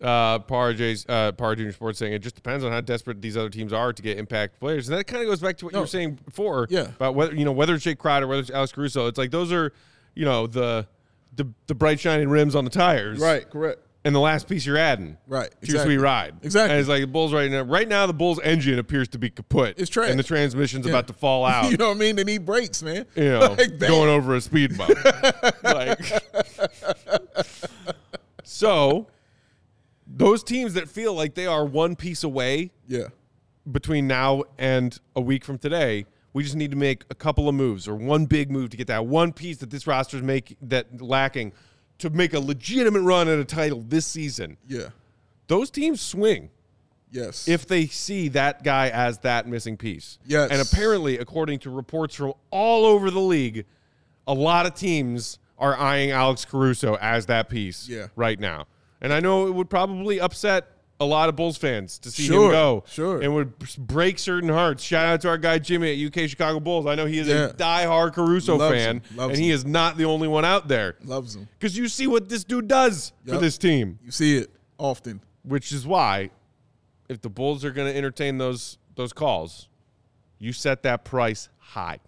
Speaker 1: uh, Par J's, uh, Par Junior Sports saying it just depends on how desperate these other teams are to get impact players, and that kind of goes back to what you were saying before
Speaker 2: Yeah.
Speaker 1: about whether you know whether it's Jake Crowder, whether it's Alex Caruso. It's like those are you know the the, the bright shining rims on the tires,
Speaker 2: correct.
Speaker 1: And the last piece you're adding,
Speaker 2: Right,
Speaker 1: Too
Speaker 2: exactly.
Speaker 1: sweet ride,
Speaker 2: Exactly.
Speaker 1: And it's like the Bulls right now. Right now, the Bulls engine appears to be kaput.
Speaker 2: It's trash.
Speaker 1: and the transmission's about to fall out.
Speaker 2: You know what I mean? They need breaks, man.
Speaker 1: you know,
Speaker 2: Like that.
Speaker 1: going over a speed bump. like, so those teams that feel like they are one piece away
Speaker 2: Yeah.
Speaker 1: between now and a week from today, we just need to make a couple of moves or one big move to get that one piece that this roster is make that lacking to make a legitimate run at a title this season.
Speaker 2: Yeah.
Speaker 1: Those teams swing
Speaker 2: Yes.
Speaker 1: if they see that guy as that missing piece.
Speaker 2: Yes.
Speaker 1: And apparently, according to reports from all over the league, a lot of teams are eyeing Alex Caruso as that piece
Speaker 2: Yeah.
Speaker 1: right now. And I know it would probably upset a lot of Bulls fans to see him
Speaker 2: Sure,
Speaker 1: go.
Speaker 2: sure.
Speaker 1: It would break certain hearts. Shout out to our guy Jimmy at UK Chicago Bulls. I know he is
Speaker 2: Yeah.
Speaker 1: a diehard Caruso
Speaker 2: Loves
Speaker 1: fan,
Speaker 2: him, loves
Speaker 1: and he
Speaker 2: him.
Speaker 1: is not the only one out there.
Speaker 2: Loves him.
Speaker 1: Because you see what this dude does for
Speaker 2: Yep.
Speaker 1: this team
Speaker 2: You see it often.
Speaker 1: which is why if the Bulls are going to entertain those those calls, you set that price high.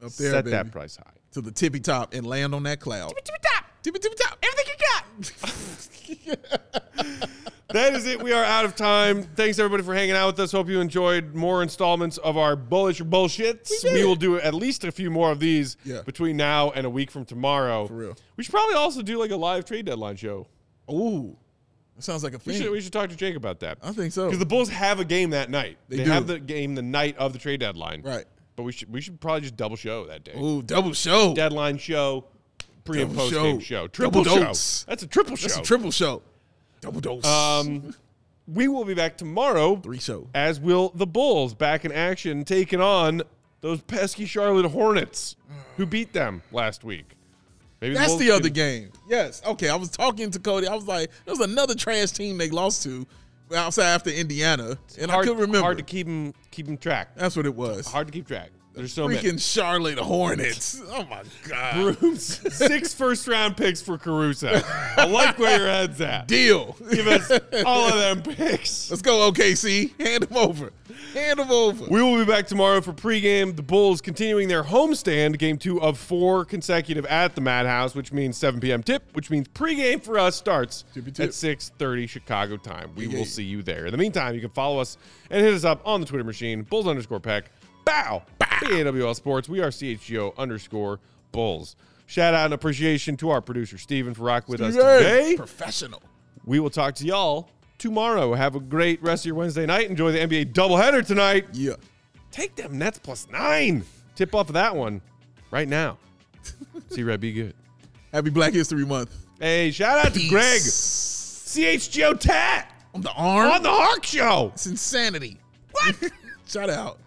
Speaker 2: Up there,
Speaker 1: set
Speaker 2: baby.
Speaker 1: that price high.
Speaker 2: to the tippy top and land on that cloud.
Speaker 1: Tippy top,
Speaker 2: Tippy tippy top.
Speaker 1: everything you got. that is it. We are out of time. Thanks everybody for hanging out with us. Hope you enjoyed more installments of our bullish bullshits.
Speaker 2: We
Speaker 1: We,
Speaker 2: did.
Speaker 1: will do at least a few more of these
Speaker 2: Yeah.
Speaker 1: between now and a week from tomorrow. For
Speaker 2: real.
Speaker 1: We should probably also do like a live trade deadline show.
Speaker 2: Ooh, that sounds like a
Speaker 1: We
Speaker 2: thing.
Speaker 1: should, we should talk to Jake about that.
Speaker 2: I think so.
Speaker 1: Because the Bulls have a game that night. They,
Speaker 2: Oh. They do.
Speaker 1: have the game the night of the trade deadline.
Speaker 2: Right.
Speaker 1: But we should we should probably just double show that day.
Speaker 2: Ooh, double show.
Speaker 1: Deadline show, pre and
Speaker 2: Double
Speaker 1: post game
Speaker 2: show.
Speaker 1: show, triple
Speaker 2: Double
Speaker 1: show.
Speaker 2: dose.
Speaker 1: That's a triple show.
Speaker 2: That's a triple show. Double dose.
Speaker 1: um, we will be back tomorrow.
Speaker 2: Three show.
Speaker 1: As will the Bulls back in action, taking on those pesky Charlotte Hornets who beat them last week. Maybe
Speaker 2: That's
Speaker 1: Bulls
Speaker 2: the other
Speaker 1: can-
Speaker 2: game. Yes. Okay. I was talking to Cody. I was like, there was another trash team they lost to. outside after Indiana, and
Speaker 1: hard,
Speaker 2: I could remember.
Speaker 1: Hard to keep him keep him track.
Speaker 2: That's what it was.
Speaker 1: Hard to keep track. There's so
Speaker 2: Freaking
Speaker 1: many.
Speaker 2: Charlotte Hornets. Oh my god.
Speaker 1: Brooms. Six first round picks for Caruso. I like where your head's at.
Speaker 2: Deal.
Speaker 1: Give us all of them picks.
Speaker 2: Let's go, OKC. Hand them over. Hand them over.
Speaker 1: We will be back tomorrow for pregame. The Bulls continuing their homestand, game two of four consecutive at the Madhouse, which means 7 p.m. tip, which means pregame for us starts
Speaker 2: Tippy
Speaker 1: at
Speaker 2: tip.
Speaker 1: 6.30 Chicago time. We
Speaker 2: Yeah.
Speaker 1: will see you there. In the meantime, you can follow us and hit us up on the Twitter machine, Bulls underscore Peck. Bow! BAWL Sports. We are CHGO underscore Bulls. Shout out and appreciation to our producer, Steven, for rocking with us today.
Speaker 2: Professional.
Speaker 1: We will talk to y'all tomorrow. Have a great rest of your Wednesday night. Enjoy the NBA doubleheader tonight.
Speaker 2: Yeah.
Speaker 1: Take them Nets plus nine. Tip off of that one right now. See Red be good.
Speaker 2: Happy Black History Month.
Speaker 1: Hey, shout out to Greg.
Speaker 2: Peace.
Speaker 1: CHGO Tat
Speaker 2: On the arm.
Speaker 1: on the Hark Show.
Speaker 2: It's insanity. What? Shout out.